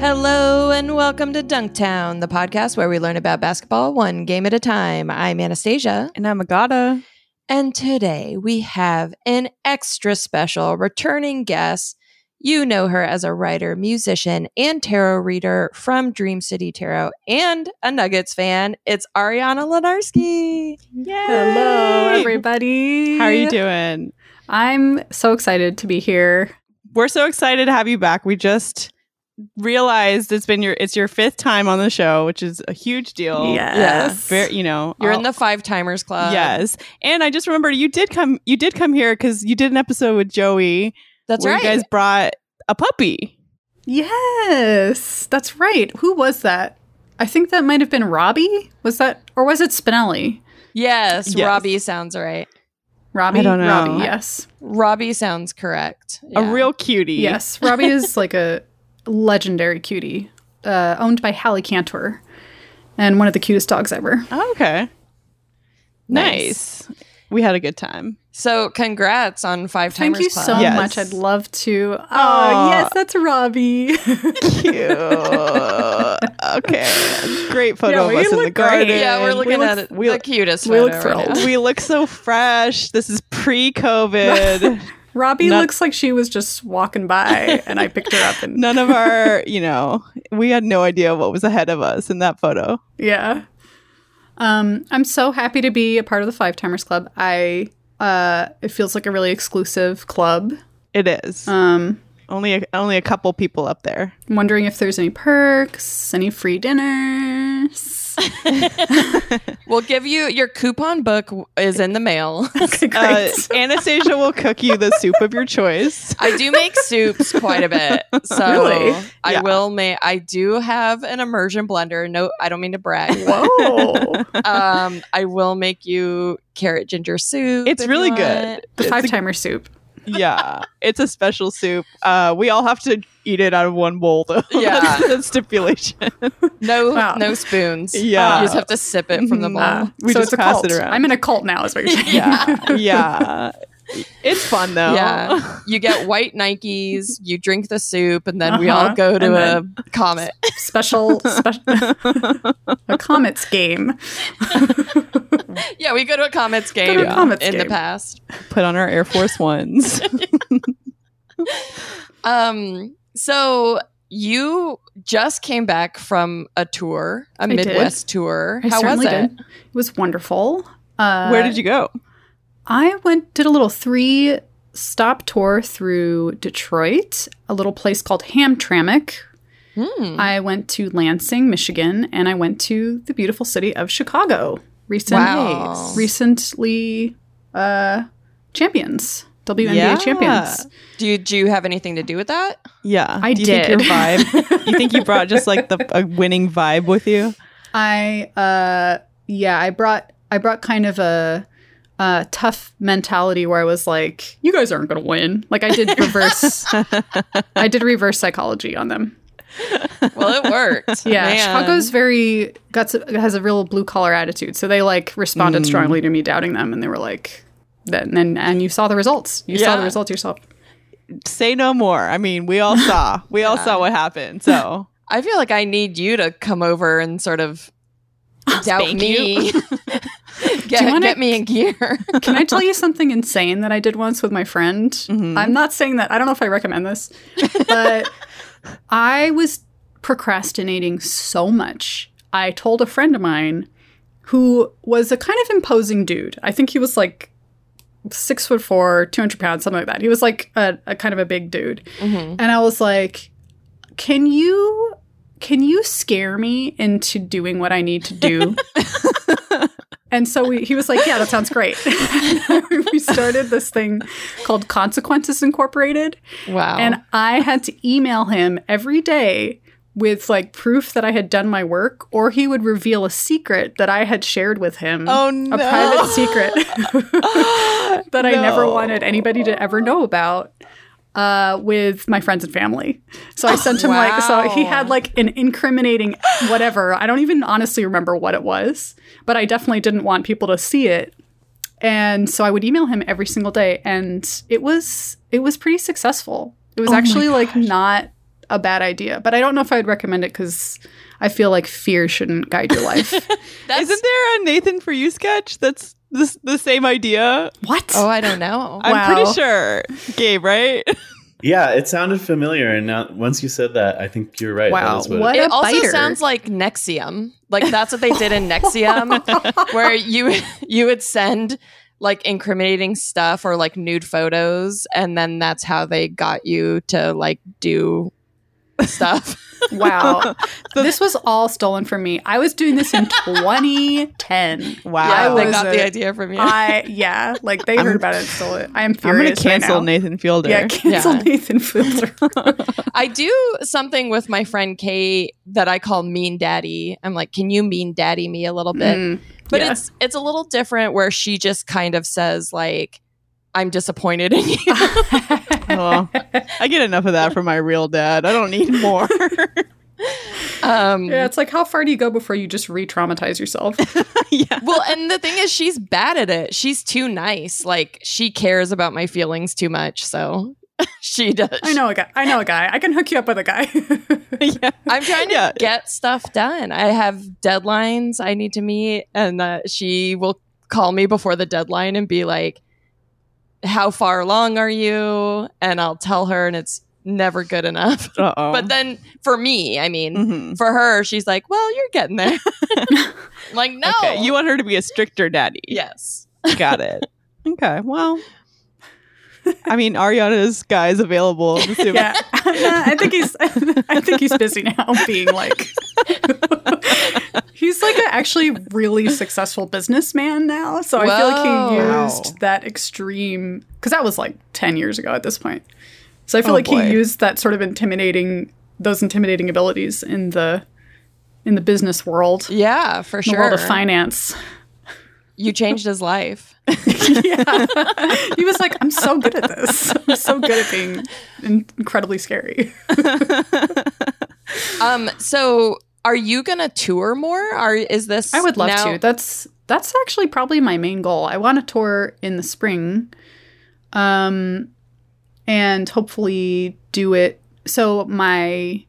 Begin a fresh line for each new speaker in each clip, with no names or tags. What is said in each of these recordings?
Hello and welcome to Dunktown, the podcast where we learn about basketball one game at a time. I'm Anastasia,
And I'm Agata.
and today we have an extra special returning guest. You know her as a writer, musician, and tarot reader from Dream City Tarot and a Nuggets fan. It's Ariana Lenarski.
Hello,
Hello, everybody.
How are you doing?
I'm so excited to be here.
We're so excited to have you back. We just realized it's been your it's your fifth time on the show, which is a huge deal. Oh, Very, you know,
You're in
I'll-
the five timers club.
Oh. yes. And I just remembered you did come you did come here cuz you did an episode with Joey
That's
where
right.
you guys brought a puppy.
Yes. That's right. Who was that? I think that might have been Robbie. Was that, or was it Spinelli?
yes,
Yes.
Robbie sounds right.
Robbie?
I don't know.
Robbie, yes.
Robbie sounds correct.
A
Yeah.
real cutie.
Yes. Robbie is like a legendary cutie, uh, owned by Hallie Cantor and one of the cutest dogs ever.
Oh, okay.
Nice.
Nice. We had a good time.
So congrats on five
Thank
timers
you
club.
so
Yes.
much. I'd love to. Oh,
Aw.
yes, that's Robbie.
Cute. okay. Great photo
Yeah,
of
we
us in the
look great.
garden.
Yeah, we're looking
we look,
at it.
we
the cutest
we
photo
look
right now.
thrilled.
we look so fresh. This is pre-COVID.
Robbie
Not-
looks like she was just walking by and I picked her up and
None of our, you know, we had no idea what was ahead of us in that photo.
Yeah. Um, I'm so happy to be a part of the Five Timers Club. I uh, it feels like a really exclusive club.
It is
Um,
only a, only a couple people up there.
I'm wondering if there's any perks, any free dinners.
We'll give you your coupon book w- is in the mail.
Okay, great.
Uh, Anastasia will cook you the soup of your choice.
I do make soups quite a bit, so
Really?
I
Yeah.
will make. I do have an immersion blender. No, I don't mean to brag.
Whoa.
um, I will make you carrot ginger soup.
It's
if you
really
want.
good.
the
It's
Five
a-
Timer soup.
yeah, it's a special soup. Uh, we all have to eat it out of one bowl, though.
Yeah.
that's the stipulation.
No,
Wow.
no spoons.
Yeah.
you just have to sip it from the bowl.
Uh,
We
so
just
it's a
pass
cult.
it around.
I'm in a cult now, is what you're saying.
yeah, yeah. It's fun though.
Yeah, you get white Nikes. You drink the soup, and then we all
Uh-huh.
go to
And
a comet.
Special, special a comets game.
Yeah, we go to a Comets game
a Comets
in the
game.
past.
Put on our Air Force Ones.
Uh,
Um, so you just came back from a tour, a
did.
Midwest tour.
I
How was
certainly
it?
did. It was wonderful. Uh,
Where did you go?
I went did a little three stop tour through Detroit, a little place called Hamtramck.
Hmm.
I went to Lansing, Michigan, and I went to the beautiful city of Chicago. Recent,
Wow.
recently uh, champions, WNBA
Yeah.
champions.
Do you do you have anything to do with that?
Yeah,
I
Do you Think your
did.
vibe. you think you brought just like the a winning vibe with you?
I uh, yeah, I brought I brought kind of a. Uh, tough mentality where I was like, "You guys aren't going to win." Like I did reverse, I did reverse psychology on them.
Well, it worked.
Yeah,
Man.
Chicago's very guts has a real blue collar attitude. So they like responded
Mm.
strongly to me doubting them, and they were like, "Then and and you saw the results. You saw
Yeah.
the results yourself."
Say no more. I mean, we all saw. We all saw what happened. So
I feel like I need you to come over and sort of doubt
Spank
me. get,
Do you wanna-
get me in gear.
Can I tell you something insane that I did once with my friend?
Mm-hmm.
I'm not saying that. I don't know if I recommend this, but I was procrastinating so much. I told a friend of mine who was a kind of imposing dude. I think he was like six foot four, 200 pounds, something like that. He was like a, a kind of a big dude.
Mm-hmm.
And I was like, can you. Can you scare me into doing what I need to do? and so we, he was like, Yeah, that sounds great. we started this thing called Consequences Incorporated.
Wow.
And I had to email him every day with like proof that I had done my work, or he would reveal a secret that I had shared with him.
Oh, no.
A private secret that I never
No.
wanted anybody to ever know about. Uh, with my friends and family. So I sent him like, so he
Wow.
had like an incriminating whatever. I don't even honestly remember what it was, but I definitely didn't want people to see it and so I would email him every single day, and it was it was pretty successful. It was
Oh my
actually like not a bad idea, but I don't know if I'd recommend it because I feel like fear shouldn't guide your life.
Isn't there a Nathan for You sketch that's this, the same idea?
what?
Oh, I don't know.
I'm pretty
Wow.
sure, Gabe. Right?
Yeah, it sounded familiar, and now once you said that, I think you're right.
Wow,
That is what
what
It,
it
a
also
biter.
sounds like Nexium. Like that's what they did in Nexium, where you you would send like incriminating stuff or like nude photos, and then that's how they got you to like do stuff.
Wow. this was all stolen from me. I was doing this in 2010.
Wow.
yeah, they
was
got the
a-
idea from you.
I yeah, like they
I'm-
heard about it, and stole it. I am
I'm gonna
furious. right
cancel
now.
Nathan Fielder.
Yeah, cancel
Yeah.
Nathan Fielder.
I do something with my friend Kate that I call mean daddy. I'm like, can you mean daddy me a little bit?
Mm,
but
yeah.
it's it's a little different where she just kind of says like, I'm disappointed in you.
Oh, I get enough of that from my real dad. I don't need more.
um,
yeah, it's like how far do you go before you just re-traumatize yourself?
yeah.
well, and the thing is, she's bad at it. She's too nice. Like she cares about my feelings too much. So she does.
I know a guy. I know a guy. I can hook you up with a guy.
yeah.
I'm trying to
Yeah.
get stuff done. I have deadlines I need to meet, and uh, she will call me before the deadline and be like, "How far along are you?" And I'll tell her, and it's never good enough.
Uh oh.
But then for me, I
Mm-hmm.
mean,
Mhm.
for her, she's like, "Well, you're getting there." I'm like, no,
Okay, you want her to be a stricter daddy.
yes.
Got it. Okay. Well, I mean, Ariana's guy is available. I'm assuming.
yeah, I think he's. I think he's busy now, being like. he's like a actually really successful businessman now. So I feel like he
Whoa.
used that extreme because that was like ten years ago at this point. So I feel
Oh,
like
boy.
he used that sort of intimidating those intimidating abilities in the in the business world,
Yeah, for
the
sure.
world of finance.
you changed his life.
yeah. he was like, I'm so good at this. I'm so good at being in- incredibly scary.
Um, so are you gonna tour more? Are is this?
I would love
now-
to. That's that's actually probably my main goal. I want to tour in the spring, um, and hopefully do it. So my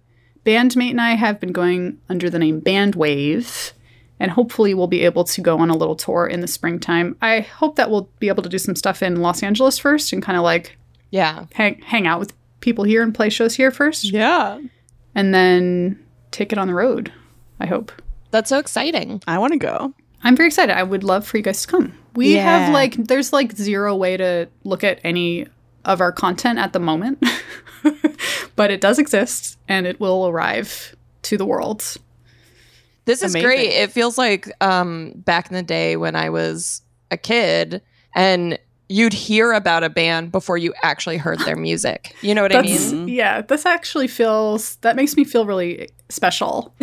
bandmate and I have been going under the name Bandwave, and hopefully we'll be able to go on a little tour in the springtime. I hope that we'll be able to do some stuff in Los Angeles first and kind of like
Yeah,
hang hang out with people here and play shows here first,
Yeah.
and then take it on the road. I hope.
that's so exciting.
I want to go.
I'm very excited. I would love for you guys to come. We have
Yeah.
like there's like zero way to look at any of our content at the moment. but it does exist and it will arrive to the world.
This is
Amazing.
great. It feels like um back in the day when I was a kid and you'd hear about a band before you actually heard their music. You know what I mean?
That's yeah, this actually feels that makes me feel really special.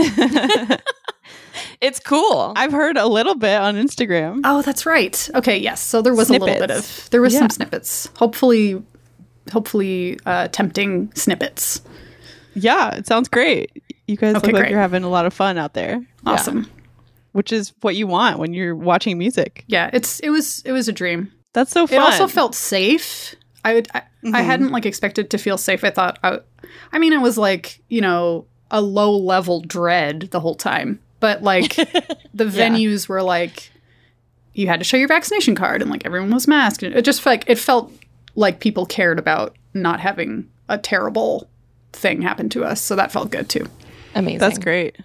It's cool.
I've heard a little bit on Instagram.
Oh, that's right. Okay, yes. So there was a little bit
Snippets.
of there was
Yeah.
some snippets. Hopefully hopefully uh tempting snippets.
Yeah, it sounds great. You guys
Okay,
look like
great.
you're having a lot of fun out there,
Awesome.
which is what you want when you're watching music.
yeah it's it was it was a dream.
That's so fun.
It also felt safe. I would. I, I hadn't like expected to feel safe. I thought. I, I mean, it was like you know a low level dread the whole time, but like the venues were like you had to show your vaccination card and like everyone was masked. and It just like it felt like people cared about not having a terrible thing happen to us. So that felt good too.
Amazing.
That's great.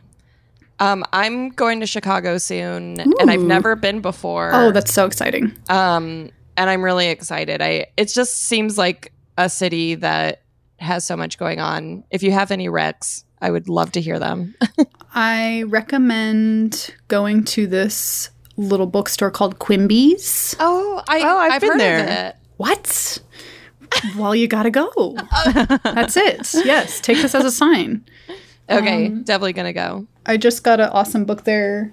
Um, I'm going to Chicago soon, and I've
Ooh.
never been before.
Oh, that's so exciting.
um and i'm really excited i it just seems like a city that has so much going on if you have any recs i would love to hear them
I recommend going to this little bookstore called Quimby's.
oh i
Oh, I've been
heard of
there.
it.
What? well, you gotta go. That's it. Yes, take this as a sign. Um,
okay definitely gonna go
I just got an awesome book there.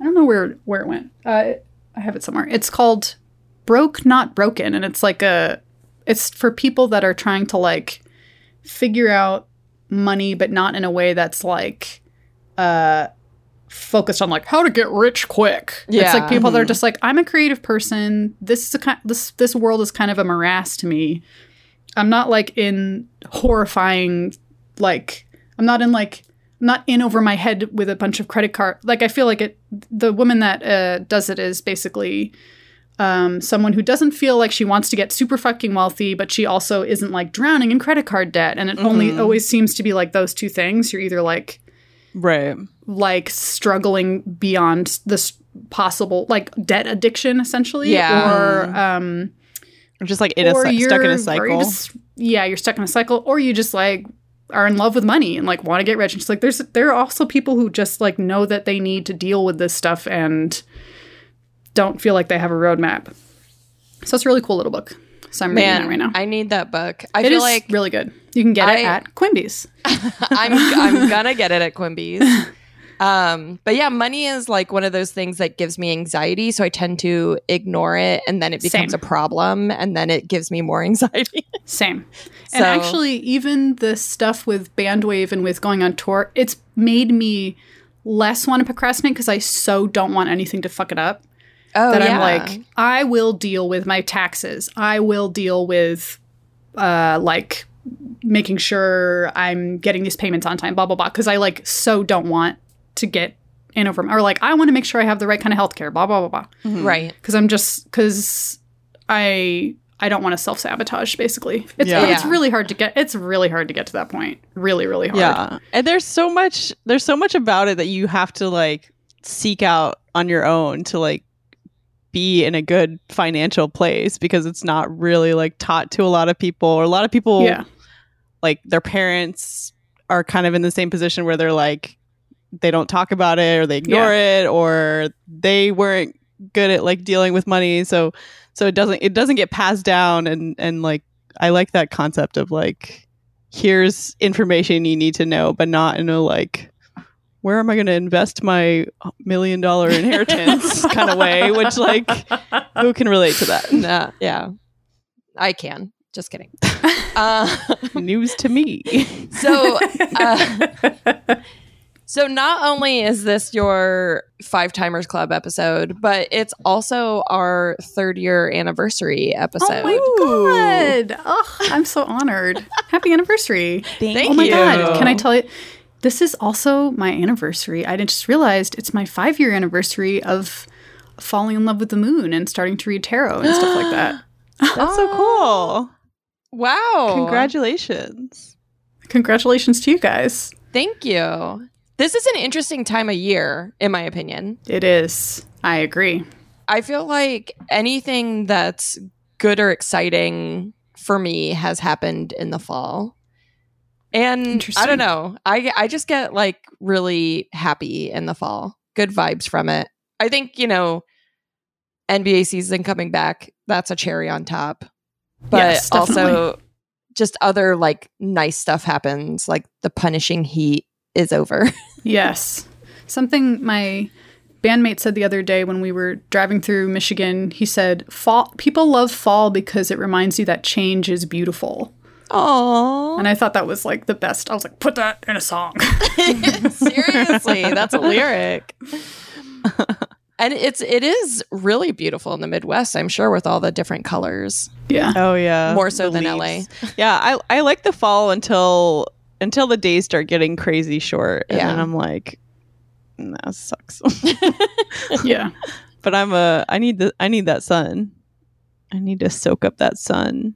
I don't know where where it went. Uh, I have it somewhere. It's called "Broke Not Broken," and it's like a it's for people that are trying to like figure out money, but not in a way that's like uh focused on like how to get rich quick. It's
Yeah.
like people that are just like I'm a creative person. This is a kind this this world is kind of a morass to me. I'm not like in horrifying like I'm not in like I'm not in over my head with a bunch of credit card. Like I feel like it. The woman that uh, does it is basically um, someone who doesn't feel like she wants to get super fucking wealthy, but she also isn't like drowning in credit card debt. And it only
Mhm.
always seems to be like those two things. You're either like
Right.
like struggling beyond this possible like debt addiction essentially
Yeah.
or um
Just like in a,
or
cy-
you're
stuck in a
or you
cycle.
just- yeah, you're stuck in a cycle, or you just like are in love with money and like want to get rich. And she's like, there's there are also people who just like know that they need to deal with this stuff and don't feel like they have a roadmap. So it's a really cool little book. So I'm reading
Man,
that right now.
I need that book. I
it
feel
is
like
really good. You can get
I-
it at Quimby's.
I'm I'm gonna get it at Quimby's. Um, but yeah, money is like one of those things that gives me anxiety, so I tend to ignore it, and then it becomes
Same.
a problem, and then it gives me more anxiety.
Same. And
So-
actually, even the stuff with Bandwave and with going on tour, it's made me less want to procrastinate because I so don't want anything to fuck it up.
oh,
that I'm like, I will deal with my taxes. I will deal with uh like making sure I'm getting these payments on time, blah blah blah. Cause I like so don't want to get in over or like I want to make sure I have the right kind of healthcare, blah blah blah blah.
Mm-hmm.
right,
Cause I'm just cause I I don't want to self sabotage basically. It's
Yeah.
it's
Yeah.
really hard to get it's really hard to get to that point. Really, really hard.
Yeah. And there's so much there's so much about it that you have to like seek out on your own to like be in a good financial place because it's not really like taught to a lot of people or a lot of people
Yeah.
like their parents are kind of in the same position where they're like they don't talk about it or they ignore it or they weren't good at like dealing with money so so it doesn't it doesn't get passed down and and like I like that concept of like here's information you need to know but not in a like where am I going to invest my million dollar inheritance kind of way which like who can relate to that
no, yeah, I can. Just kidding. uh,
news to me
so, uh, so not only is this your Five Timers Club episode, but it's also our third year anniversary episode.
Oh my god! Oh, I'm so honored. Happy anniversary!
Thank
oh my
you.
god! Can I tell you? This is also my anniversary. I just realized it's my five year anniversary of falling in love with the moon and starting to read tarot and stuff like that.
that's so cool
Wow.
congratulations
Congratulations to you guys!
Thank you. This is an interesting time of year, in my opinion.
It is. I agree.
I feel like anything that's good or exciting for me has happened in the fall. And I
Interesting.
don't know. I I just get like really happy in the fall. Good vibes from it. I think, you know, NBA season coming back, that's a cherry on top. But
Yes,
also
definitely.
just other like nice stuff happens, like the punishing heat is over.
Yes. Something my bandmate said the other day when we were driving through Michigan. He said, "Fall. People love fall because it reminds you that change is beautiful."
Oh,
And I thought that was like the best. I was like, put that in a song.
seriously, that's a lyric. and it's it is really beautiful in the Midwest, I'm sure, with all the different colors.
yeah.
Oh yeah,
More so
The
than
leaves. Yeah, I I like the fall until until the days start getting crazy short, and then
Yeah.
I'm like, "Mm, that sucks.
Yeah.
but I'm a I need the I need that sun. I need to soak up that sun.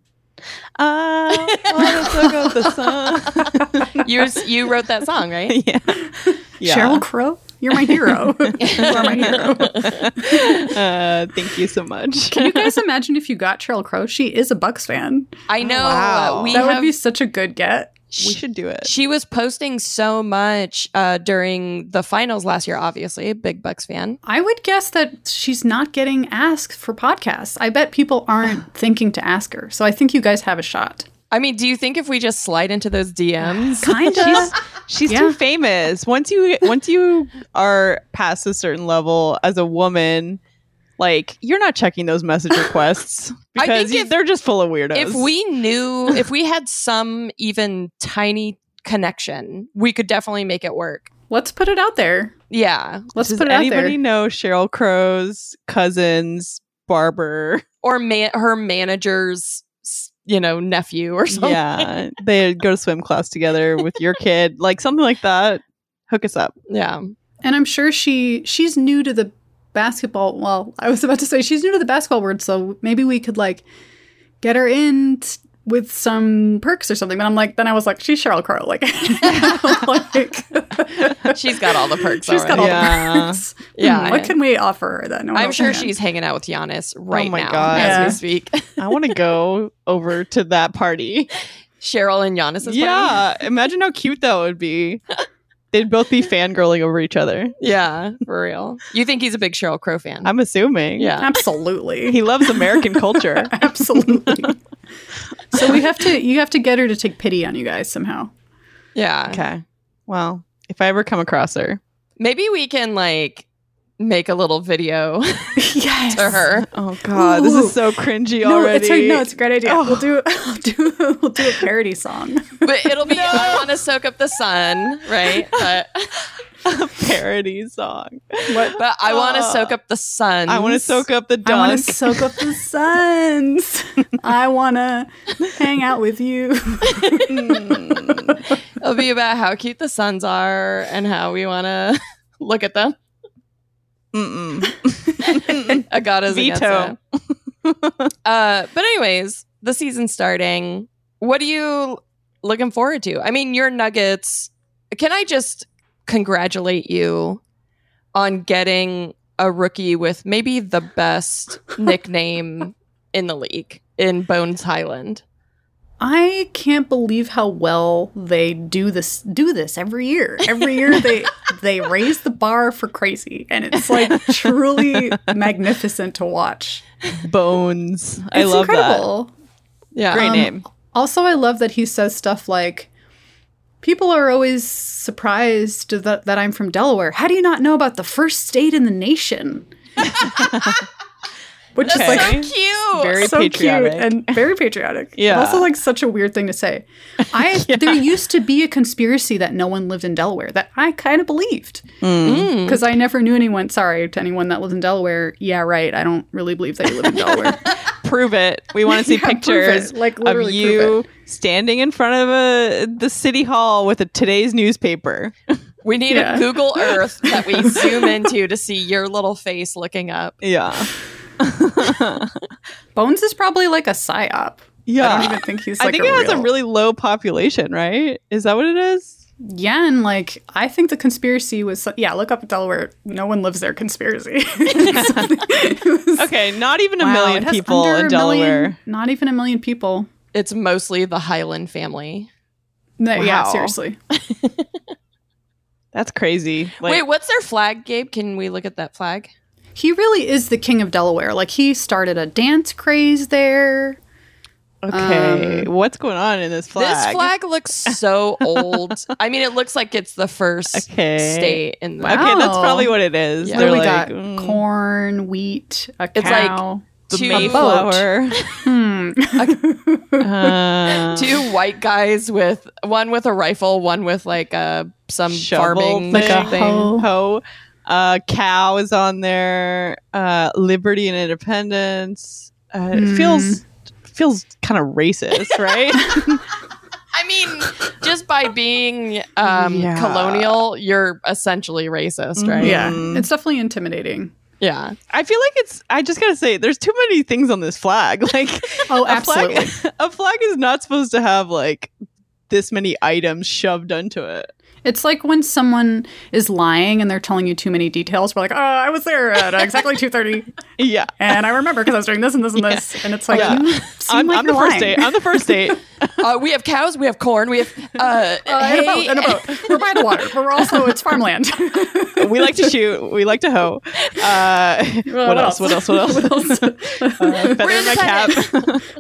Uh, I want to soak up the sun.
You you wrote that song, right?
yeah, yeah.
Cheryl Crow, you're my hero. you are my hero.
uh, thank you so much.
Can you guys imagine if you got Cheryl Crow? She is a Bucks fan.
I know. uh,
Wow.
We
that
have,
would be such a good get.
we should do it.
She was posting so much uh, during the finals last year. Obviously, big Bucks fan.
I would guess that she's not getting asked for podcasts. I bet people aren't thinking to ask her. So I think you guys have a shot.
I mean, do you think if we just slide into those DMs?
Kind
She's she's
Yeah.
too famous. Once you once you are past a certain level as a woman, like you're not checking those message
I
requests
think
because you-
if-
they're just full of weirdos.
if we knew if we had some even tiny connection we could definitely make it work
Let's put it out there.
yeah
Let's
does
put it out
anybody
there.
know Cheryl Crow's cousins barber?
or ma- her manager's s- you know, nephew or something.
Yeah, they go to swim class together with your kid, like something like that. Hook us up.
Yeah.
And I'm sure she she's new to the basketball. Well, I was about to say she's new to the basketball word, so maybe we could like get her in t- with some perks or something. But I'm like, then I was like, she's Cheryl Crow. Like,
like she's got all the perks.
She's got all
already.
the perks.
Yeah.
Hmm, what can we offer her then? What
I'm
else
sure
can-
she's hanging out with Giannis right
Oh, my
now
God.
as
Yeah.
we speak.
I want to go over to that party.
Cheryl and Giannis is
yeah, imagine how cute that would be. They'd both be fangirling over each other.
Yeah, for real. You think he's a big Cheryl Crow fan?
I'm assuming.
yeah.
Absolutely.
he loves American culture.
Absolutely. so we have to you have to get her to take pity on you guys somehow.
Yeah.
Okay. Well, if I ever come across her,
Maybe we can like make a little video
yes.
to her.
oh god, this
Ooh.
is so cringy
No,
already.
it's her, no, it's a great idea.
Oh.
We'll do we'll do we'll do a parody song.
But it'll be I want to soak up the sun, right? But,
a parody song.
What?
but I want to
Uh,
soak up the sun.
I want to soak up the
I want to
dunk.
soak up the suns. I want to hang out with you.
It'll be about how cute the suns are and how we want to look at them.
Mm-mm.
A god is against
Veto.
it. uh, but anyways, the season's starting. What are you looking forward to? I mean, your Nuggets. Can I just congratulate you on getting a rookie with maybe the best nickname in the league in Bones Highland?
I can't believe how well they do this do this every year. Every year they they raise the bar for crazy and it's like truly magnificent to watch.
Bones. I
It's
love
incredible.
Yeah.
that. Great
Um,
name.
Also, I love that he says stuff like, People are always surprised that, that I'm from Delaware. How do you not know about the first state in the nation? Which
That's
is like
Okay.
so cute.
Very
so
patriotic.
cute and very patriotic.
Yeah.
Also, like such a weird thing to say. I there used to be a conspiracy that no one lived in Delaware that I kind of believed
Hmm.
Mm.
because I never knew anyone. Sorry to anyone that lives in Delaware. Yeah, right. I don't really believe that you live in Delaware.
prove it. We want to see
Yeah, prove
pictures
it. Like,
of
literally
you
prove
standing in front of a the city hall with a today's newspaper.
We need
Yeah.
a Google Earth that we zoom into to see your little face looking up.
Yeah,
Bones is probably like a psyop. I don't
yeah.
even think he's. Like
I think
a
it has
real...
a really low population, right? Is that what it is?
Yeah, and like I think the conspiracy was yeah. Look up Delaware. No one lives there. Conspiracy. It was-
Okay, not even a
Wow, it
million
has
people
under
in
a million-
Delaware.
not even a million people.
It's mostly the Highland family.
No, Yeah,
Wow.
seriously.
That's crazy. Like,
Wait, what's their flag, Gabe? Can we look at that flag?
He really is the king of Delaware. Like he started a dance craze there.
okay,
um,
what's going on in this flag?
This flag looks so old. I mean, it looks like it's the first
Okay.
state in the.
Okay, that's
Wow.
probably what it is.
Yeah.
What do
They're
we
like
got?
mm,
Corn, wheat, a
It's like
cow.
the
two-
Mayflower.
hmm.
Uh,
Two white guys with one with a rifle, one with like uh, some
Shovel
farming
Like a
thing.
hoe.
Ho. Uh, cow is on there. Uh, liberty and independence. Uh,
Hmm.
It feels feels kind of racist, right?
I mean, just by being um,
Yeah.
colonial, you're essentially racist, right?
Yeah,
Mm.
it's definitely intimidating.
yeah.
I feel like it's. I just gotta say, there's too many things on this flag. Like
Oh,
a flag,
absolutely.
a flag is not supposed to have like this many items shoved onto it.
It's like when someone is lying and they're telling you too many details. We're like, oh, I was there at exactly two thirty.
Yeah,
and I remember because I was doing this and this and this, and it's like,
Yeah.
you seem
on,
like
on the
you're
first
lying.
date. On the first date.
Uh, we have cows. We have corn. We have uh,
Uh, in a boat,
hay.
in a boat. We're by the water. but We're also it's farmland.
we like to shoot. We like to hoe. Uh, what, else? What else? What else? Uh, feather in my cap.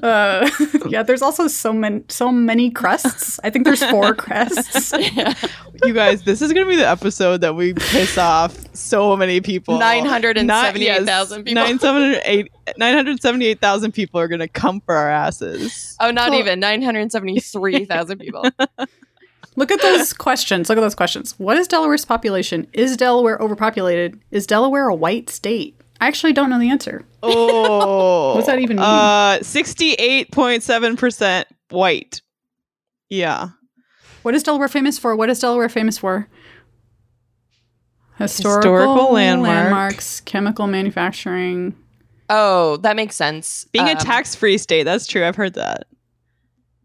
Uh, yeah, there's also so many, so many crests. I think there's four crests.
You guys, this is gonna be the episode that we piss off so many people.
978,000 people.
978 978,000 people are gonna come for our asses.
Oh, not even 973,000 people.
Look at those questions. Look at those questions. What is Delaware's population? Is Delaware overpopulated? Is Delaware a white state? I actually don't know the answer.
Oh,
What's that even mean?
Uh, sixty-eight point seven percent white. Yeah,
What is Delaware famous for? What is Delaware famous for? Historical,
Historical landmark.
landmarks, chemical manufacturing.
Oh, that makes sense.
being a
Um,
tax-free state. That's true. I've heard that.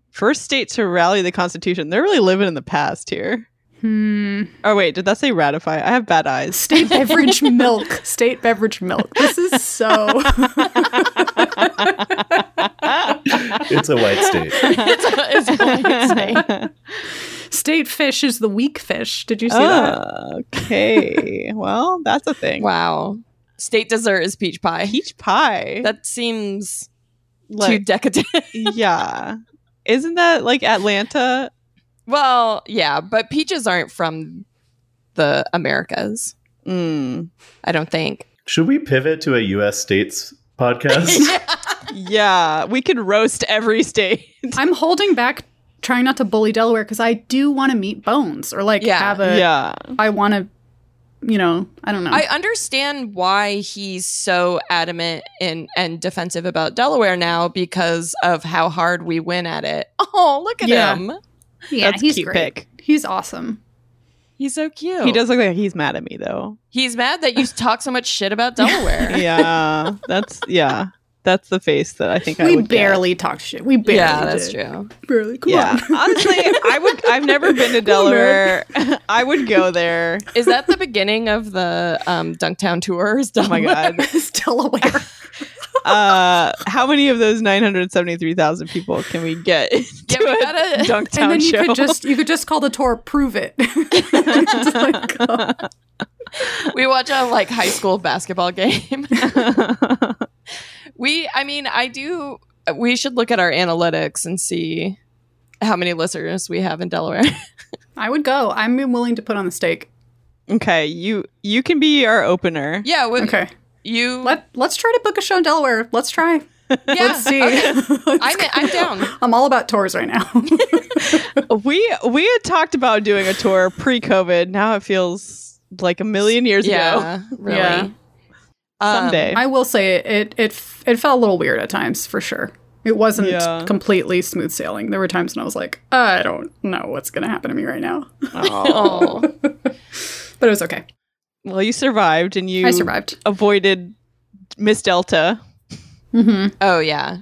First state to rally the Constitution. They're really living in the past here.
Hmm.
Oh wait, did that say ratify? I have bad eyes.
State beverage milk. State beverage milk. This is so.
It's a white state.
it's, it's Hawaiian state.
State fish is the weak fish. Did you see that?
Ah, okay. well, that's a thing.
Wow. State dessert is peach pie.
Peach pie.
That seems too
like,
decadent.
yeah. Isn't that like Atlanta?
well, yeah, but peaches aren't from the Americas,
Mm.
I don't think.
Should we pivot to a U.S. states podcast?
Yeah, we could roast every state.
I'm holding back, trying not to bully Delaware because I do want to meet Bones or like
Yeah.
have a.
yeah.
I want to, you know, I don't know.
Hmm.
I understand why he's so adamant and, and defensive about Delaware now because of how hard we win at it. Oh, look at
Yeah.
him.
yeah,
That's a
he's
cute
great.
pick.
He's awesome.
He's so cute.
Oh.
He does look like he's mad at me though.
He's mad that you talk so much shit about Delaware.
Yeah. that's yeah. That's the face that I think I
we
would get.
barely talked shit. We barely.
yeah, that's
did.
true.
Barely. Come
Yeah.
on.
Honestly, I would I've never been to Delaware. I would go there.
Is that the beginning of the um, Dunktown tours?
Oh my god.
It's Delaware.
Uh how many of those 973,000 people can we get
Yeah,
into
we
a
gotta-
Dunktown
and then you
show?
could just you could just call the tour prove it. It's like, oh.
we watch a like high school basketball game. we, I mean, I do. We should look at our analytics and see how many listeners we have in Delaware.
I would go. I'm willing to put on the stake.
Okay, you you can be our opener.
yeah, we,
Okay.
You,
Let let's try to book a show in Delaware. Let's try.
yeah,
Let's see.
okay. I'm,
I'm,
I'm down.
all about tours right now.
We we had talked about doing a tour pre-COVID. Now it feels like a million years ago.
Yeah, really.
Yeah.
Um,
Someday.
I will say it, it it f- it felt a little weird at times for sure. It wasn't
Yeah.
completely smooth sailing. There were times when I was like, I don't know what's going to happen to me right now.
Oh,
But it was okay.
well, you survived and you
I survived.
avoided Miss Delta.
hmm
oh yeah.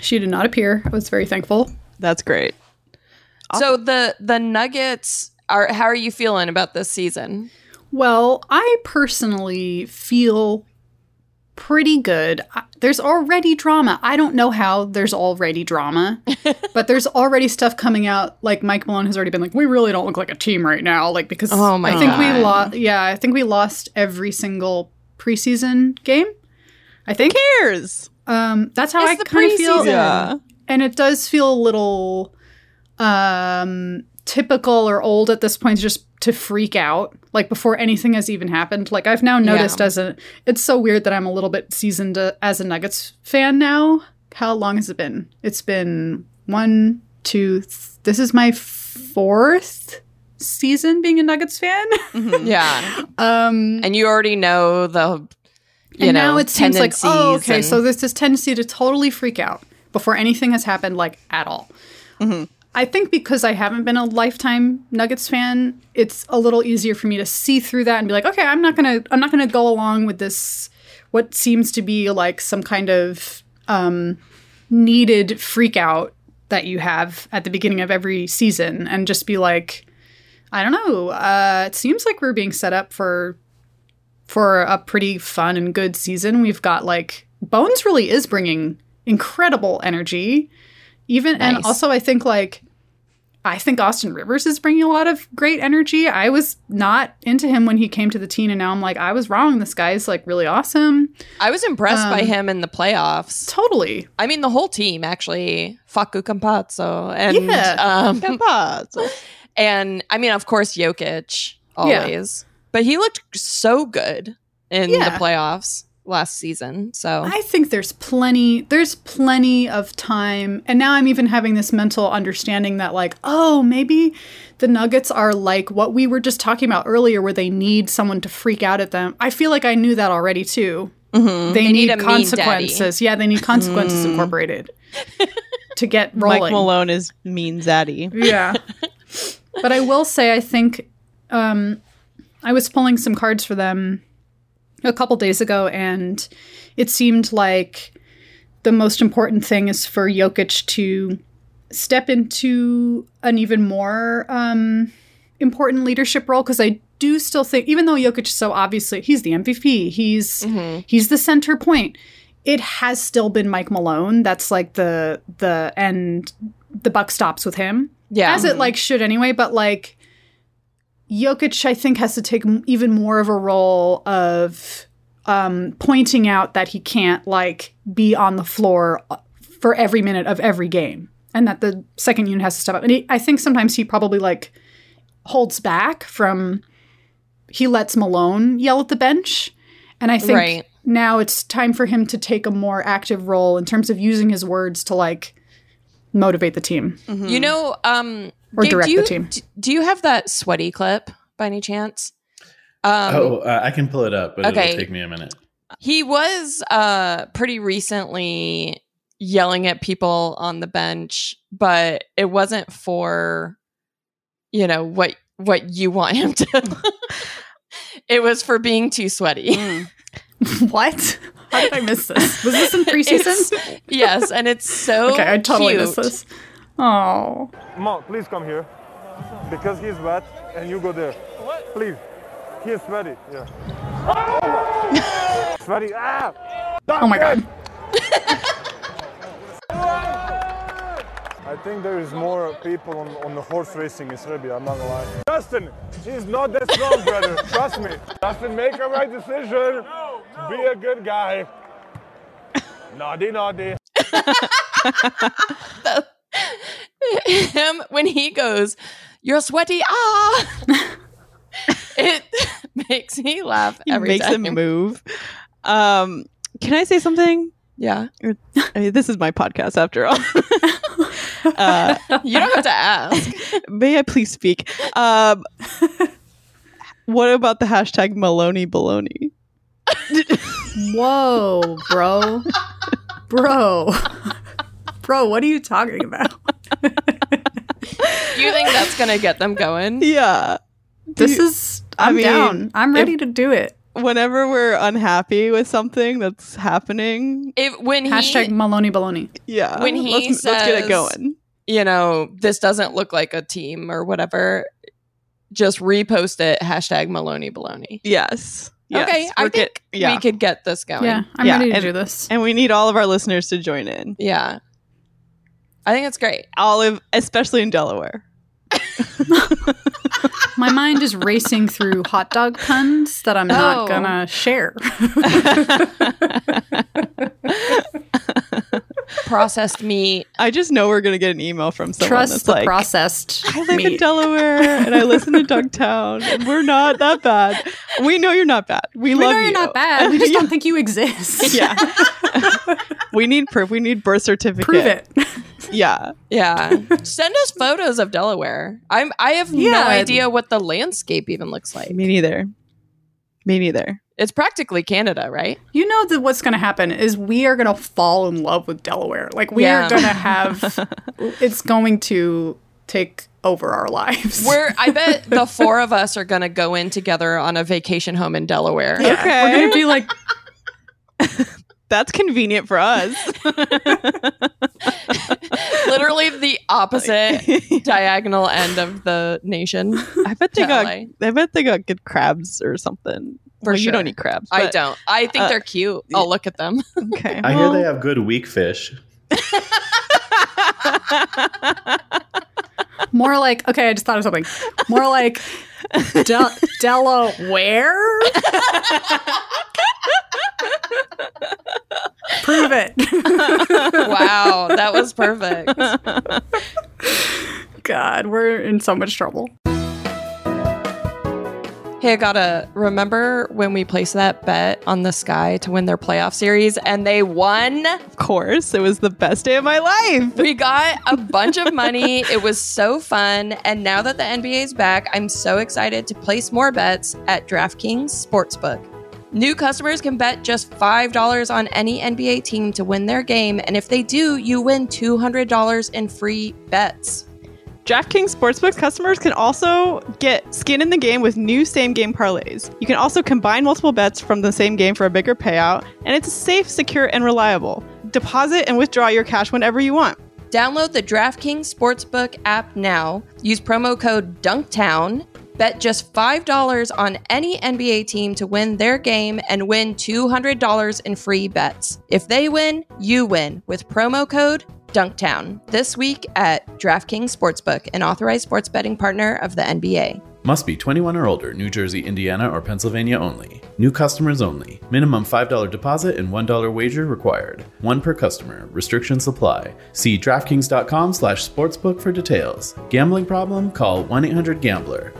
She did not appear. I was very thankful.
That's great.
So the the Nuggets are. How are you feeling about this season?
Well, I personally feel pretty good. I- There's already drama. I don't know how there's already drama, but there's already stuff coming out. Like Mike Malone has already been like, we really don't look like a team right now. Like because
Oh my
I think we
God.
lost. Yeah, I think we lost every single preseason game. I think
Cares.
um, that's how
It's the
I kind of feel.
preseason.
Yeah.
And it does feel a little um typical or old at this point just to freak out like before anything has even happened. Like I've now noticed
Yeah.
as a it's so weird that I'm a little bit seasoned uh, as a Nuggets fan now. How long has it been? It's been one, two. Th- this is my fourth season being a Nuggets fan.
Hmm.
Mhm.
Yeah.
Um
and you already know the you
and
know
now it seems like oh
tendencies
okay
and-
so there's this tendency to totally freak out before anything has happened like at all
Mm-hmm.
Mhm.
i think because i haven't been a lifetime nuggets fan it's a little easier for me to see through that and be like okay i'm not gonna i'm not gonna go along with this what seems to be like some kind of um, needed freak out that you have at the beginning of every season and just be like i don't know uh, it seems like we're being set up for for a pretty fun and good season. We've got like Bones really is bringing incredible energy. Even and
Nice.
also I think like I think Austin Rivers is bringing a lot of great energy. I was not into him when he came to the team and now I'm like I was wrong. This guy's like really awesome.
i was impressed by
um,
him in the playoffs
Totally.
i mean the whole team actually faku campazzo and
Yeah.
um
Campazzo.
and i mean of course jokic
Yeah.
always but he looked so good in the
Yeah.
playoffs last season so
I think there's plenty there's plenty of time and now I'm even having this mental understanding that like oh maybe the nuggets are like what we were just talking about earlier where they need someone to freak out at them. I feel like I knew that already too
Mhm.
They,
They
need,
need a mean
consequences. Yeah, they need consequences
Mm.
incorporated to get
Mike
rolling.
Malone is mean zaddy.
yeah. But I will say, I think um, I was pulling some cards for them a couple days ago, and it seemed like the most important thing is for Jokic to step into an even more um, important leadership role because I do still think, even though Jokic is so obviously he's the MVP, he's
Mhm.
he's the center point. It has still been Mike Malone. That's like the the end. The buck stops with him
Yeah.
as it like should anyway. But like, Jokic, I think, has to take m- even more of a role of um, pointing out that he can't like be on the floor uh, for every minute of every game, and that the second unit has to step up. And he, I think sometimes he probably like holds back from. He lets Malone yell at the bench, and I think
Right.
now it's time for him to take a more active role in terms of using his words to like motivate the team.
You know, um,
Hmm. Or
Gabe,
direct
do
the
you,
team.
d- Do you have that sweaty clip by any chance? Um,
oh, uh, I can pull it up, but
Okay.
it'll take me a minute.
He was uh, pretty recently yelling at people on the bench, but it wasn't for, you know, what what you want him to. it was for being too sweaty.
Mm.
What? How did I miss this? Was this in preseason?
It's- yes, and it's so
okay, I totally
cute.
missed this. Oh,
Mom, please come here. Because he's wet and you go there. What? Please. He is sweaty. Yeah. sweaty. Ah!
oh my god!
I think there is more people on, on the horse racing in Serbia, I'm not gonna lie. Justin, he's not that strong, brother. Trust me. Justin, make a right decision. Be a good guy. Naughty, naughty.
him when he goes, "You're sweaty." Ah, it makes me laugh
He
every
makes
time.
him move. Um, can I say something?
Yeah,
I mean, this is my podcast after all. uh,
you don't have to ask.
may I please speak? Um, what about the hashtag Maloney Baloney?
Whoa, bro, bro, bro! What are you talking about?
You think that's gonna get them going?
Yeah.
This is.
I
I'm
mean,
down. I'm ready to do it.
Whenever we're unhappy with something that's happening,
If when he,
Hashtag Maloney Baloney.
yeah.
When he
let's, let's get
says-
it going.
you know, this doesn't look like a team or whatever, just repost it. Hashtag Maloney Baloney.
Yes. Yes.
okay, I
We're
think
get- yeah.
we could get this going.
Yeah, I'm
Yeah,
ready to
and-
do this.
and we need all of our listeners to join in.
Yeah. I think it's great.
Olive, especially in Delaware.
My mind is racing through hot dog puns that I'm
Oh.
not gonna share.
Processed meat.
I just know we're gonna get an email from someone
Trust
that's
the
like,
processed.
I live in
meat.
Delaware and I listen to Dogtown, and we're not that bad. We know you're not bad. We,
We
love
know you're
you.
not bad. We just don't think you exist.
yeah. we need proof. We need birth certificate.
Prove it.
Yeah.
Yeah. Send us photos of Delaware. I'm I have no
Yeah.
idea what the landscape even looks like.
Me neither. Me neither.
It's practically Canada, right?
You know that what's going to happen is we are going to fall in love with Delaware. Like we
Yeah.
are going to have it's going to take over our lives.
We're I bet the four of us are gonna go in together on a vacation home in Delaware.
Yeah.
Okay.
We're going to be like
That's convenient for us.
Literally the opposite diagonal end of the nation.
I bet they got.
Totally.
I bet they got good crabs or something.
For
well, you
sure.
don't eat crabs.
I
but-
don't. I think
uh,
they're cute. I'll look at them.
Okay.
I
well,
hear they have good weak fish.
more like okay, I just thought of something. More like Del- Delaware. Prove it.
wow, that was perfect.
God, we're in so much trouble.
Hey, I gotta remember when we placed that bet on the sky to win their playoff series and they won.
Of course, it was the best day of my life.
We got a bunch of money. It was so fun. And now that the NBA's back, I'm so excited to place more bets at DraftKings Sportsbook. New customers can bet just $5 on any NBA team to win their game, and if they do, you win $200 in free bets.
DraftKings Sportsbook customers can also get skin in the game with new same game parlays. You can also combine multiple bets from the same game for a bigger payout, and it's safe, secure, and reliable. Deposit and withdraw your cash whenever you want.
Download the DraftKings Sportsbook app now. Use promo code DUNKTOWN. Bet just $5 on any NBA team to win their game and win $200 in free bets. If they win, you win with promo code DUNKTOWN this week at DraftKings Sportsbook, an authorized sports betting partner of the NBA.
Must be 21 or older, New Jersey, Indiana, or Pennsylvania only. New customers only. Minimum $5 deposit and $1 wager required. One per customer. Restrictions apply. See DraftKings.com slash sportsbook for details. Gambling problem? Call 1-800-GAMBLER.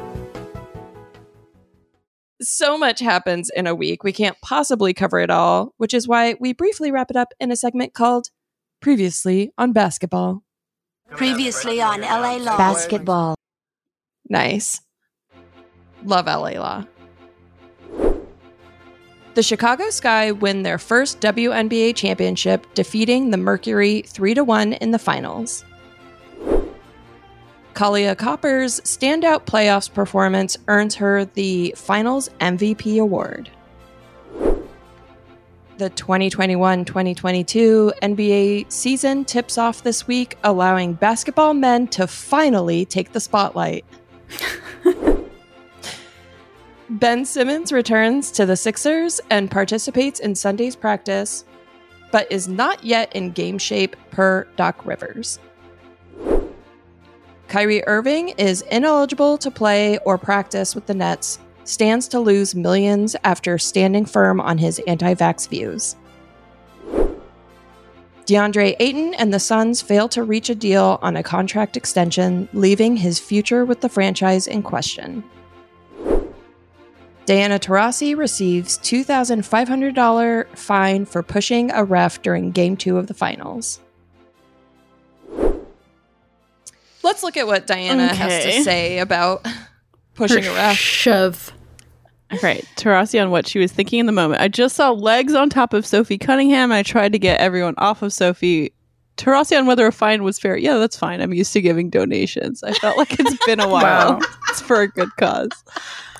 So much happens in a week. We can't possibly cover it all, which is why we briefly wrap it up in a segment called Previously on Basketball.
Previously on LA Law.
Basketball.
Nice. Love LA Law. The Chicago Sky win their first WNBA championship, defeating the Mercury 3 1 in the finals. Kalia Copper's standout playoffs performance earns her the Finals MVP award. The 2021 2022 NBA season tips off this week, allowing basketball men to finally take the spotlight. ben Simmons returns to the Sixers and participates in Sunday's practice, but is not yet in game shape per Doc Rivers. Kyrie Irving is ineligible to play or practice with the Nets, stands to lose millions after standing firm on his anti vax views. DeAndre Ayton and the Suns fail to reach a deal on a contract extension, leaving his future with the franchise in question. Diana Taurasi receives $2,500 fine for pushing a ref during game 2 of the finals. Let's look at what Diana has to
Okay.
say about pushing a ref.
Shove.
All right, Tarasi on what she was thinking in the moment. I just saw legs on top of Sophie Cunningham. I tried to get everyone off of Sophie. Tarasi on whether a fine was fair. Yeah, that's fine. I'm used to giving donations. I felt like it's been a while.
Wow.
It's for a good cause.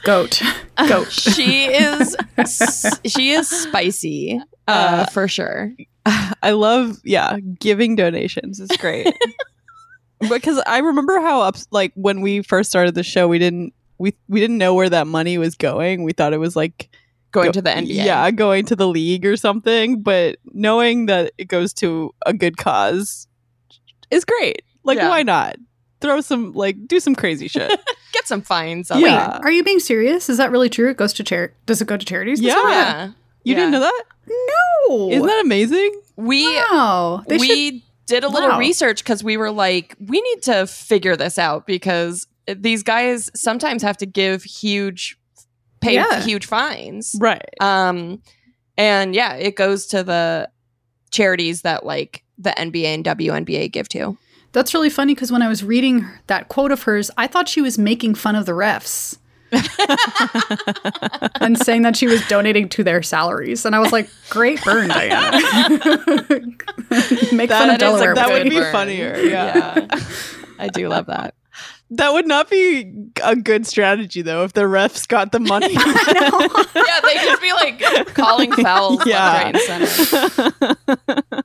Goat. Goat.
she is s- she is spicy uh, for sure.
I love, yeah, giving donations is great. because I remember how up like when we first started the show, we didn't we we didn't know where that money was going. We thought it was like
Going
go-
to the NBA.
Yeah, going to the league or something, but knowing that it goes to a good cause is great. Like
Yeah.
why not? Throw some like do some crazy shit.
Get some fines.
Yeah.
on
Wait,
that.
are you being serious? Is that really true? It goes to charity. Does it go to charities?
Yeah.
Yeah.
You didn't know that?
No.
Isn't that amazing?
We
wow. They should
we did a little
Wow.
research because we were like, we need to figure this out because eh, these guys sometimes have to give huge pay
Yeah.
huge fines.
Right.
Um and yeah, it goes to the charities that like the NBA and WNBA give to.
That's really funny because when I was reading that quote of hers, I thought she was making fun of the refs and saying that she was donating to their salaries. And I was like, great burn, Diana. Make fun
That is, like,
of Delaware.
that
with
would
it.
be
Good burn.
funnier, yeah.
yeah. I do love that.
That would not be a good strategy though if the refs got the money.
yeah, they just be like calling fouls
Yeah.
left, right, and center.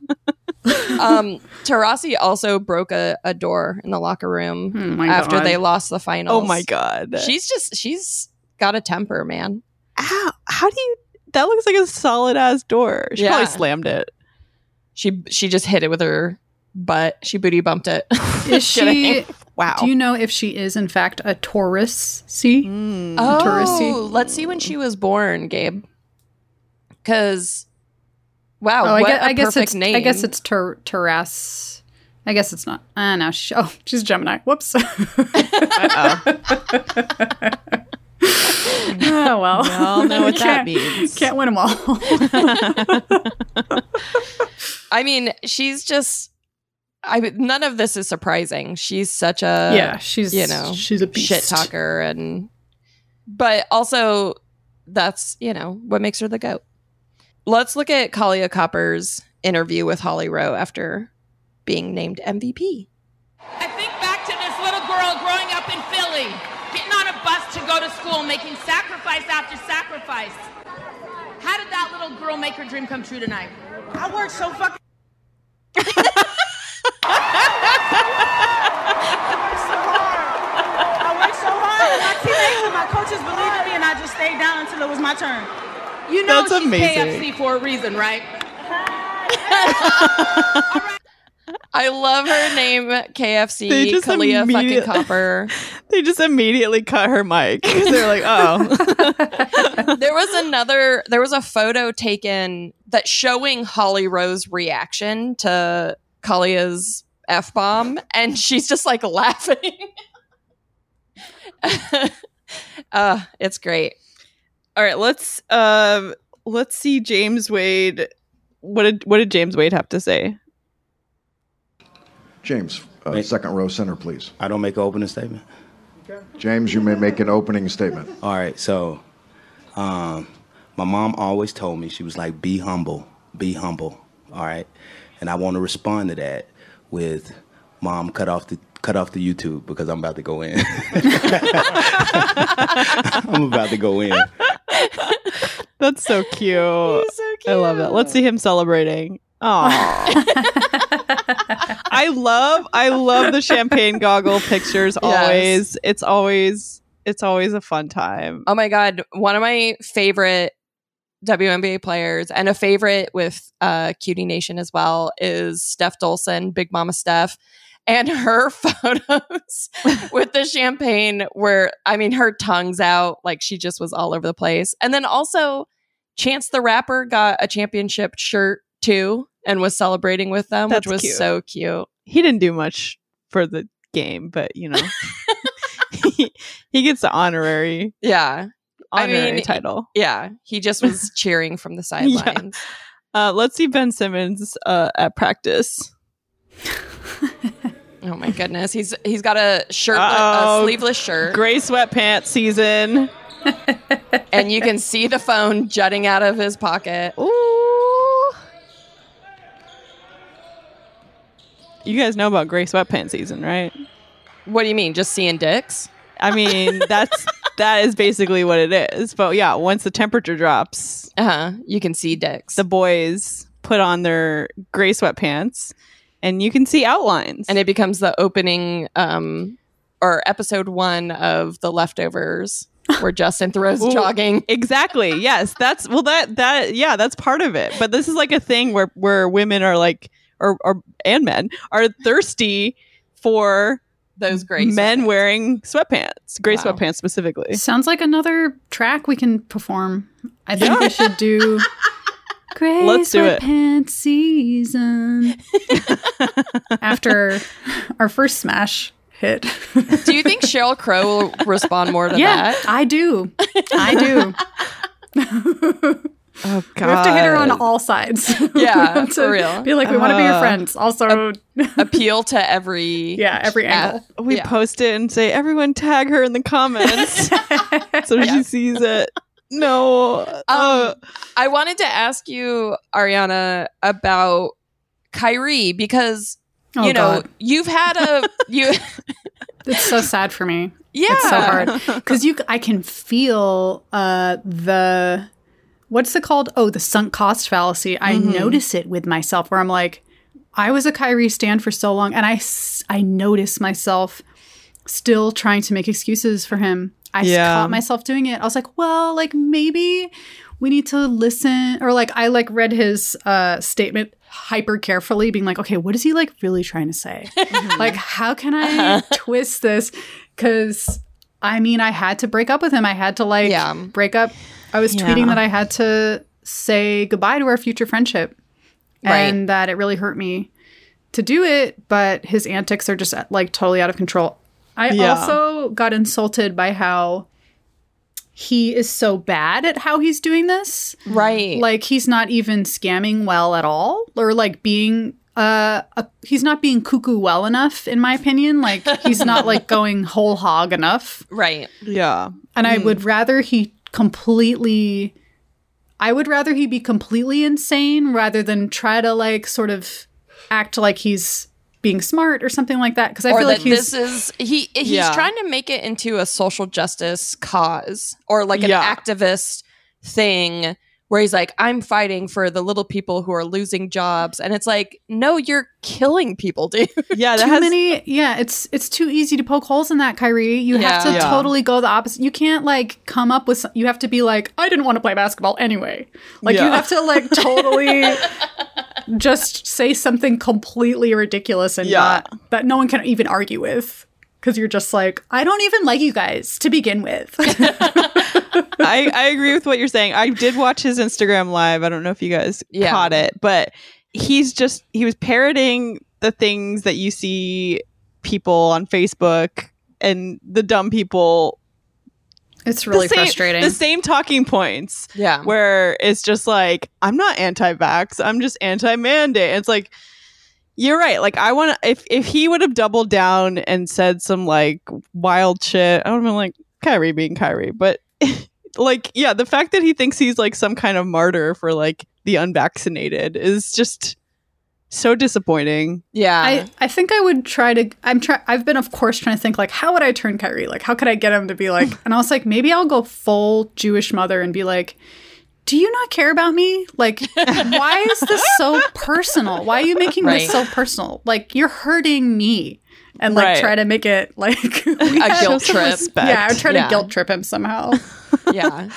um, Tarasi also broke a, a door in the locker room
Oh my
after
God.
they lost the finals.
oh my god.
She's just she's got a temper, man.
how, how do you that looks like a solid ass door. She
Yeah.
probably slammed it.
She she just hit it with her butt. She booty bumped it.
Is
Just kidding.
she,
Wow.
do you know if she is, in fact, a Taurus? See?
Mm.
Oh,
Taurasi?
let's see when she was born, Gabe. Because wow,
Oh, I,
Oh, what
guess,
a
I guess
perfect
it's
name.
I guess it's Tur- Taurus. I guess it's not. Ah, no. She, oh, she's a Gemini. Whoops. oh well.
We all know what that
Can't-
means. Uh,
Can't win them all.
I mean, she's just. I none of this is surprising. She's such a
yeah, she's
you know,
she's a beast.
shit talker and but also that's, you know, what makes her the goat. Let's look at Kalia Copper's interview with Holly Rowe after being named MVP.
I think back to this little girl growing up in Philly, getting on a bus to go to school, making sacrifice after sacrifice. How did that little girl make her dream come true tonight? I worked so fucking. I worked so hard. I worked so hard. and My teammates and my coaches believed in me, and I just stayed down until it was my turn. You know
That's
she's
amazing.
KFC for a reason, right?
I love her name, KFC,
They just
Kalia
immediate-
fucking Copper.
They just immediately cut her mic 'cause they're like, oh,
there was another there was a photo taken that showing Holly Rowe's reaction to Kalia's F bomb and she's just like laughing. uh, it's great.
all right. Let's um, let's see James Wade. What did what did James Wade have to say?
James, uh,
Wait.
second row center, please.
I don't make an opening statement.
James, you may make an opening statement.
All right, so um, my mom always told me, she was like, be humble, be humble. All right. And I want to respond to that with, Mom, cut off the cut off the YouTube because I'm about to go in. I'm about to go in.
That's so cute. I love that. Let's see him celebrating. Oh. I love I love the champagne goggle pictures always. It's always it's always a fun time.
Oh my god, one of my favorite WNBA players and a favorite with uh Cutie Nation as well is Steph Dolson, Big Mama Steph. And her photos with the champagne were, I mean, her tongue's out. Like she just was all over the place. And then also, Chance the Rapper got a championship shirt too and was celebrating with them,
That's
which was
cute.
so cute.
He didn't do much for the game, but you know. he, he gets the honorary
Yeah. I mean,
honorary title.
Yeah. He just was cheering from the sidelines.
Uh, let's see Ben Simmons uh, at practice.
Oh my goodness. He's he's got a shirt a
Uh-oh.
sleeveless shirt
Gray sweatpants season.
and you can see the phone jutting out of his pocket.
Ooh. You guys know about gray sweatpants season, right?
What do you mean? Just seeing dicks?
I mean, that's that is basically what it is. But yeah, once the temperature drops,
Uh-huh. You can see dicks.
the boys put on their gray sweatpants and you can see outlines.
and it becomes the opening um or episode 1 of The Leftovers where Justin throws
Ooh.
jogging.
exactly. Yes, that's well that that yeah, that's part of it. But this is like a thing where where women are like or or and men are thirsty for
Those great
men wearing sweatpants, gray
Wow.
sweatpants specifically.
Sounds like another track we can perform. I think we should do Gray
Let's do it.
Sweatpants Season after our first smash hit.
Do you think Cheryl Crow will respond more to
yeah,
that?
I do. I do.
Oh god.
We have to hit her on all sides. We
Yeah,
have
for real.
Be like, we want to be your
Uh,
friends. Also,
Appeal to every
yeah, every angle.
we
Yeah.
post it and say everyone tag her in the comments so she sees it no uh,
I wanted to ask you, Ariana, about Kyrie because
Oh,
you know
God.
you've had a you
it's so sad for me.
yeah
It's so hard because you, I can feel uh, the what's it called? Oh, the sunk cost fallacy. I notice it with myself where I'm like, I was a Kyrie stand for so long, and I s- I notice myself still trying to make excuses for him. I s-
Yeah.
caught myself doing it. I was like, well, like maybe we need to listen, or like I like read his uh, statement hyper carefully, being like, okay, what is he like really trying to say?
Mm-hmm.
like, how can I twist this? Because I mean, I had to break up with him. I had to like
Yeah.
break up. I was tweeting that I had to say goodbye to our future friendship
Right.
and that it really hurt me to do it, but his antics are just like totally out of control. I
Yeah.
also got insulted by how he is so bad at how he's doing this.
right
Like he's not even scamming well at all or like being uh a, he's not being cuckoo well enough in my opinion. Like he's not like going whole hog enough.
right
yeah
Hmm.
And I would rather he completely I would rather he be completely insane rather than try to like sort of act like he's being smart or something like that because I
or
feel
that
like he's
this is he he's
Yeah.
trying to make it into a social justice cause or like an
Yeah.
activist thing where he's like I'm fighting for the little people who are losing jobs and it's like no you're killing people dude.
Yeah, that
too
has
many yeah it's it's too easy to poke holes in that Kyrie you have
Yeah.
to
Yeah.
totally go the opposite you can't like come up with some, you have to be like I didn't want to play basketball anyway like
Yeah.
you have to like totally just say something completely ridiculous and
Yeah.
not that no one can even argue with because you're just like I don't even like you guys to begin with
I, I agree with what you're saying. I did watch his Instagram live. I don't know if you guys
Yeah.
caught it, but he's just he was parroting the things that you see people on Facebook and the dumb people.
it's really
the same,
frustrating
The same talking points
yeah.
where it's just like I'm not anti-vax. I'm just anti-mandate. It's like you're right. Like I want to. If if he would have doubled down and said some like wild shit, I would have been like Kyrie being Kyrie. But like yeah, the fact that he thinks he's like some kind of martyr for like the unvaccinated is just so disappointing.
yeah.
I, I think I would try to I'm try I've been of course trying to think like how would I turn Kyrie? Like how could I get him to be like and I was like maybe I'll go full Jewish mother and be like do you not care about me? Like why is this so personal? Why are you making
Right.
this so personal? Like you're hurting me and like
Right.
try to make it like
A
Show
guilt
some
trip.
respect.
Yeah, I would try to
Yeah.
guilt trip him somehow.
yeah.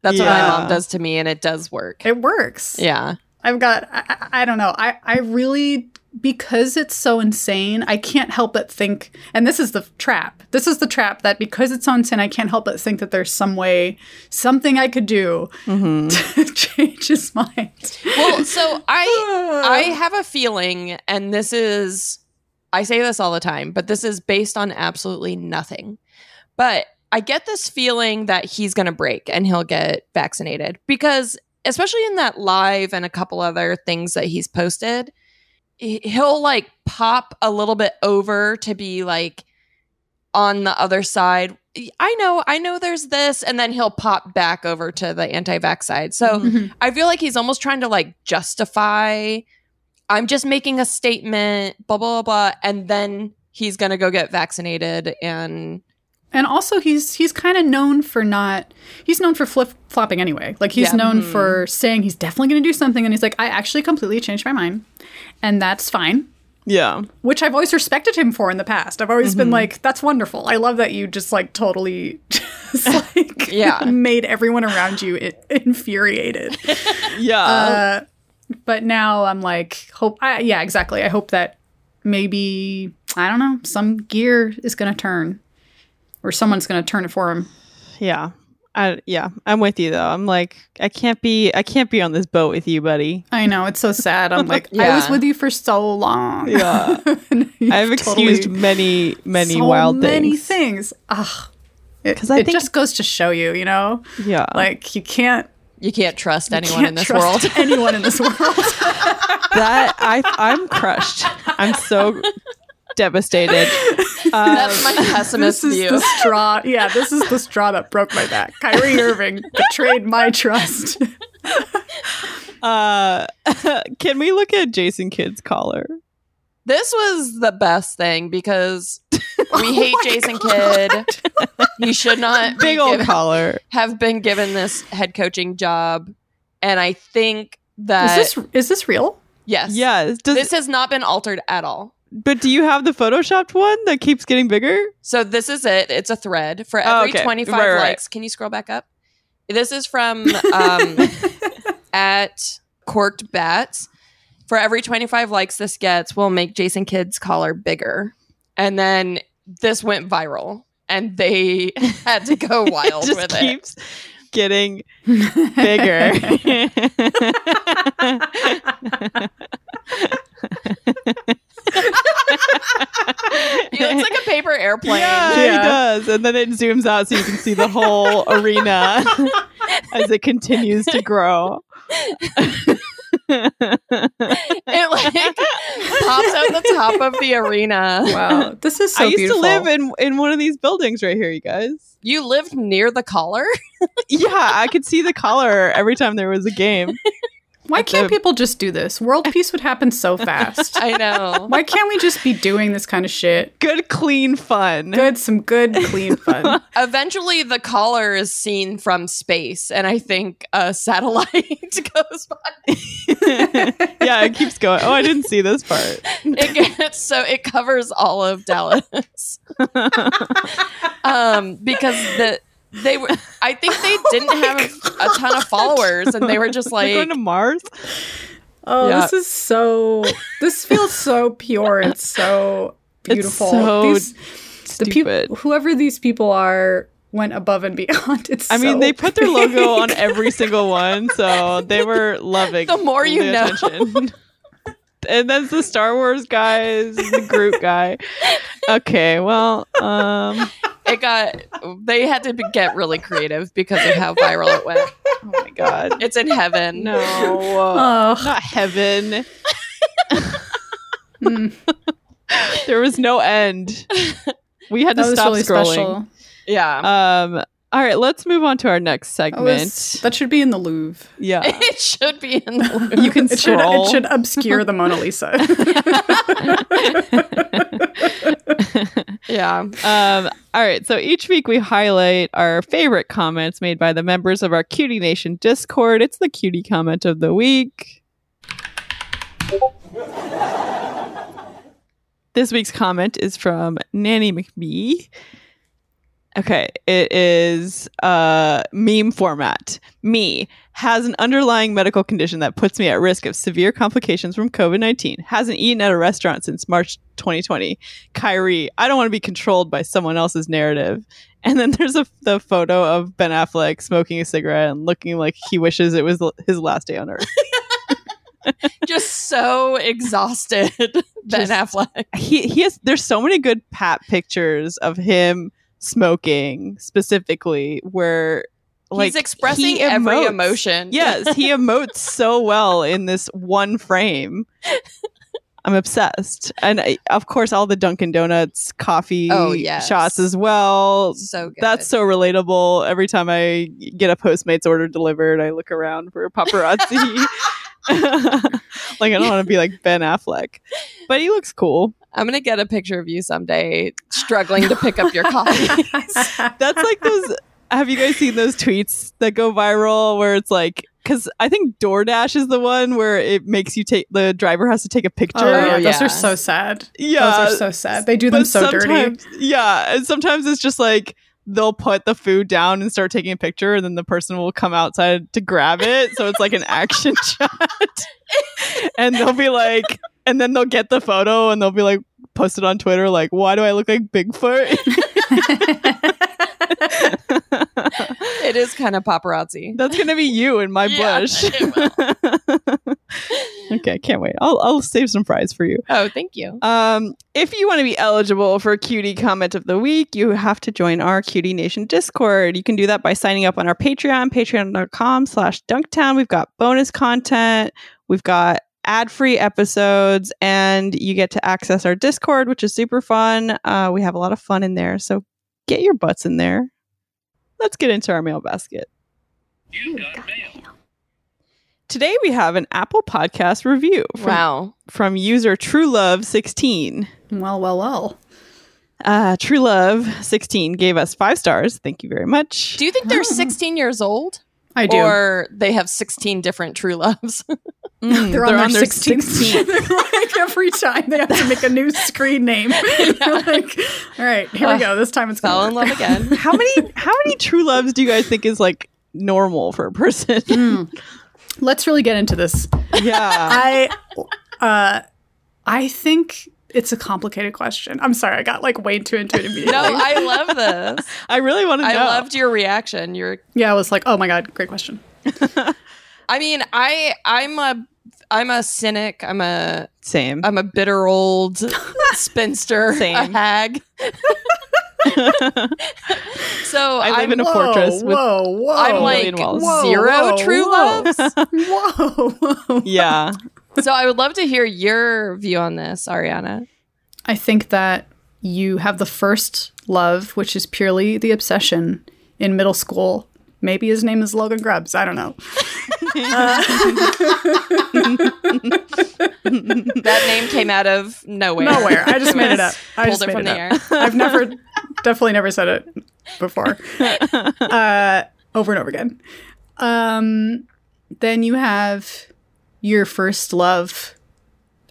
That's what my
Yeah.
mom does to me and it does work.
It works.
yeah.
I've got I, I- I don't know. I I really because it's so insane, I can't help but think and this is the trap. This is the trap that because it's so insane, I can't help but think that there's some way something I could do Mm-hmm. to change his mind.
well so i i have a feeling and this is i say this all the time but this is based on absolutely nothing but i get this feeling that he's going to break and he'll get vaccinated because especially in that live and a couple other things that he's posted he- he'll like pop a little bit over to be like on the other side i know i know there's this and then he'll pop back over to the anti-vax side so I feel like he's almost trying to like justify. I'm just making a statement, blah blah blah, blah and then he's gonna go get vaccinated. And
And also he's he's kind of known for not he's known for flip flopping anyway. Like he's
Yeah.
known for saying he's definitely going to do something and he's like I actually completely changed my mind. And that's fine.
Yeah,
which I've always respected him for in the past. I've always
Mm-hmm.
been like, that's wonderful. I love that you just like totally just like
Yeah.
made everyone around you i- infuriated.
yeah.
Uh, but now I'm like, hope, I, yeah, exactly. I hope that maybe, I don't know, some gear is going to turn or someone's going to turn it for him.
Yeah. I yeah, I'm with you though. I'm like I can't be I can't be on this boat with you, buddy.
I know. It's so sad. I'm like, I was
Yeah.
with you for so long.
Yeah. I've excused many many wild
many
things.
things. Ugh. It,
'Cause I
it
think-
just goes to show you, you know?
Yeah.
Like you can't
you can't trust anyone
can't
in this
trust
world.
anyone in this world.
that I I'm crushed. I'm so devastated. Um,
That's my pessimist
this is
view.
the straw. Yeah, this is the straw that broke my back. Kyrie Irving betrayed my trust.
Uh can we look at Jason Kidd's collar?
This was the best thing because we hate Jason Kidd. He should not be
Big old
given-
collar.
have been given this head coaching job, and I think
Is
Uh,
that
this is this real?
yes,
Yes. Does
this has not been altered at all.
but do you have the photoshopped one that keeps getting bigger?
So this is it. It's a thread for
Oh,
every
okay.
25
Right, right, right.
likes. Can you scroll back up? This is from um, at Corked Bats. For every 25 likes this gets, we'll make Jason Kidd's collar bigger. And then this went viral, and they had to go wild
just
with it.
keeps getting bigger.
He looks like a paper airplane.
Yeah, he
Yeah.
does. And then it zooms out so you can see the whole arena as it continues to grow.
It like pops out the top of the arena.
Wow, this is so
I used
beautiful.
to live in in one of these buildings right here, you guys.
You lived near the collar?
Yeah, I could see the collar every time there was a game.
Why can't
the-
people just do this? World peace would happen so fast.
I know.
Why can't we just be doing this kind of shit?
Good, clean fun.
Good, some good, clean fun.
Eventually, the collar is seen from space, and I think a satellite goes by.
yeah, it keeps going. Oh, I didn't see this part.
It gets so it covers all of Dallas. um, because the they were, I think they
Oh
didn't have a ton of followers, and they were just
We're
like,
going to Mars.
Oh,
Yeah.
this is so. This feels so pure. It's so beautiful.
so
These- the
stupid.
people, whoever these people are, went above and beyond. It's.
I mean,
so
they put their logo on
big.
every single one, so they were loving.
The more you know.
attention. and that's the Star Wars guys, the Groot guy. Okay, well, um,
it got they had to be- get really creative because of how viral it went.
oh my god,
It's in heaven.
no, Oh,
Ugh.
not heaven.
Mm,
There was no end. We had
that
to
was
stop
really
scrolling.
special.
Yeah.
Um, all right, let's move on to our next
That,
segment.
was, that should be in the Louvre.
yeah.
it should be in the
You can
It should,
scroll.
it should obscure the Mona Lisa.
Yeah.
Um, all right. So each week we highlight our favorite comments made by the members of our Cutie Nation Discord. It's the cutie comment of the week. this week's comment is from Nanny McBee. Okay, it is uh, meme format. Me has an underlying medical condition that puts me at risk of severe complications from COVID 19. Hasn't eaten at a restaurant since March 2020. Kyrie, I don't want to be controlled by someone else's narrative. And then there's a, the photo of Ben Affleck smoking a cigarette and looking like he wishes it was l- his last day on earth.
Just so exhausted. Ben
Just-
Affleck.
he he has there's so many good pat pictures of him smoking specifically where like
He's expressing
he
every
emotes.
emotion.
yes he emotes so well in this one frame i'm obsessed and I, of course all the dunkin donuts coffee
Oh, yes.
shots as well
So good.
that's so relatable every time i get a postmates order delivered i look around for paparazzi like i don't want to be like ben affleck but he looks cool
I'm gonna get a picture of you someday struggling to pick up your coffee.
Oh,
That's like those. Have you guys seen those tweets that go viral where it's like, because I think DoorDash is the one where it makes you take the driver has to take a picture.
Oh, yeah,
yeah.
those are so sad.
Yeah.
Those are so sad. They do them so dirty.
sometimes, Yeah, and sometimes it's just like they'll put the food down and start taking a picture, and then the person will come outside to grab it. So it's like an action shot, and they'll be like, and then they'll get the photo and they'll be like, post it on Twitter, like, why do I look like Bigfoot?
it is kind of paparazzi.
That's gonna be you in my
Yeah,
bush.
it
okay, can't wait. I'll I'll save some fries for you.
Oh, thank you.
Um, if you want to be eligible for Cutie Comment of the Week, you have to join our Cutie Nation Discord. You can do that by signing up on our Patreon, patreon.com slash dunktown. We've got bonus content, we've got ad-free episodes, and you get to access our Discord, which is super fun. Uh, we have a lot of fun in there, so get your butts in there. Let's get into our mail basket. Today we have an Apple Podcast review from
Wow.
from user True Love 16.
well, well, well.
Uh, True Love 16 gave us five stars. Thank you very much.
Do you think they're 16 years old?
I do.
Or they have 16 different true loves?
Mm,
they're, on, their 16th. They're like every time they have to make a new screen name. They're like, all right, here we go. This time it's
Fell
gonna
in love
work."
again.
How many how many True Loves do you guys think is like normal for a person?
Let's really get into this.
yeah.
I, uh, I think it's a complicated question. I'm sorry, I got like way too into it immediately.
No, I love this.
I really want to know.
I loved your reaction. Your
yeah, I was like, oh my god, great question.
I mean, I I'm a I'm a cynic. I'm a Um,
Same.
I'm a bitter old spinster, a
Same.
hag. So
I live
I'm,
in a fortress with
whoa, whoa.
I'm like
million walls.
Whoa,
zero
whoa,
true
whoa.
loves.
whoa, whoa.
yeah.
so I would love to hear your view on this, Ariana.
I think that you have the first love, which is purely the obsession in middle school. Maybe his name is Logan Grubbs. I don't know.
That name came out of nowhere.
Nowhere. I just made it up. I
Pulled
just
it
made
from the
it
air.
up. I've never, definitely never said it before, uh, over and over again. Um, then you have your first love,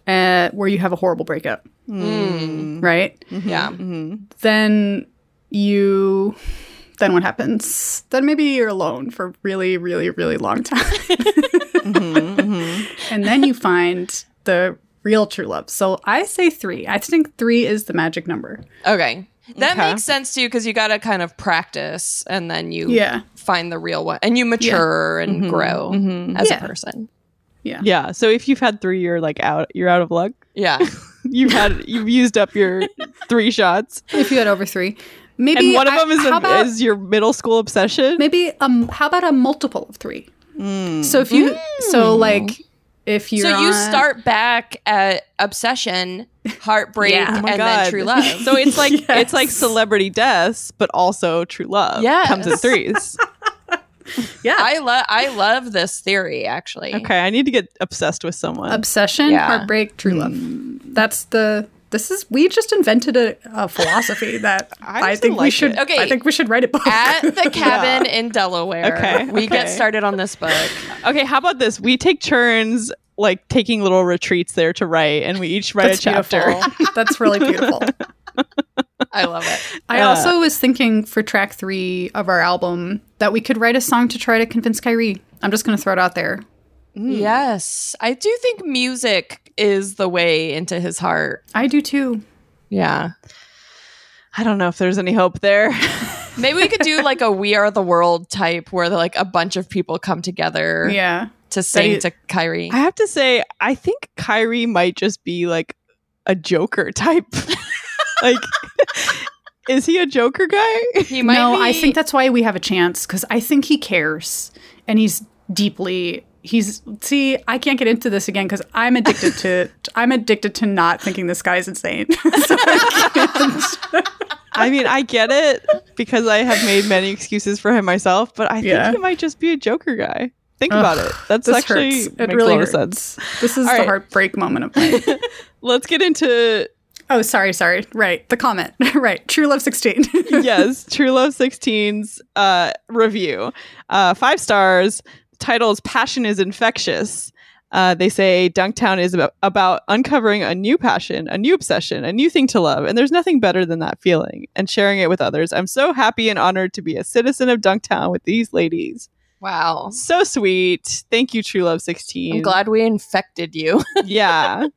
uh, where you have a horrible breakup, Hmm. right?
Yeah.
Mm-hmm.
Then you, then what happens? Then maybe you're alone for really, really, really long time, and then you find the real true love. So I say three. I think three is the magic number.
Okay. That
Okay.
makes sense too because you got to kind of practice and then you
Yeah.
find the real one and you mature
Mm-hmm.
and grow as
Yeah.
a person.
Yeah. So if you've had three, you're like out. You're out of luck.
Yeah.
You've had. You've used up your three shots,
if you had over three. Maybe
and one of
I-
them is,
how
a,
about,
is your middle school obsession.
maybe um how about a multiple of three? So if you so like if you
so you start back at obsession, heartbreak,
Yeah. Oh
and then true love.
So it's like
Yes.
it's like celebrity deaths, but also true love.
Yes.
comes in threes.
yeah
I love I love this theory actually.
okay, I need to get obsessed with someone.
obsession
Yeah.
heartbreak true love. That's the this is we just invented a, a philosophy that
I
I,
actually
think we
like
should
it.
Okay.
I think we should write it book.
At the cabin in Delaware,
Okay,
we get
okay.
started on this book.
okay, how about this? We take turns like taking little retreats there to write, and we each write
That's
a chapter.
beautiful. That's really beautiful.
I love it.
I also was thinking for track three of our album that we could write a song to try to convince Kyrie. I'm just going to throw it out there.
Yes, I do think music is the way into his heart.
I do too.
Yeah.
I don't know if there's any hope there.
Maybe we could do like a We Are the World type where like a bunch of people come together
Yeah.
to sing
They-
to Kyrie.
I have to say, I think Kyrie might just be like a Joker type. like, is he a Joker guy?
He might
no, I
be-
think that's why we have a chance because I think he cares and he's deeply. He's see, I can't get into this again because I'm addicted to. I'm addicted to not thinking this guy's insane. So I can't.
I mean, I get it because I have made many excuses for him myself, but I think
Yeah.
he might just be a Joker guy. Think
Ugh,
about it. That's
this
actually
hurts. It
makes
really
a lot
hurts.
of sense.
This is
All
the
right.
heartbreak moment of mine.
Let's get into
Oh, sorry, sorry. Right, the comment. right, true love sixteen.
yes, True Love 16's uh, review. Uh, five stars. Titles Passion is Infectious. Uh, they say Dunktown is about, about uncovering a new passion, a new obsession, a new thing to love, and there's nothing better than that feeling and sharing it with others. I'm so happy and honored to be a citizen of Dunktown with these ladies.
Wow.
So sweet. Thank you, True Love 16.
I'm glad we infected you.
yeah.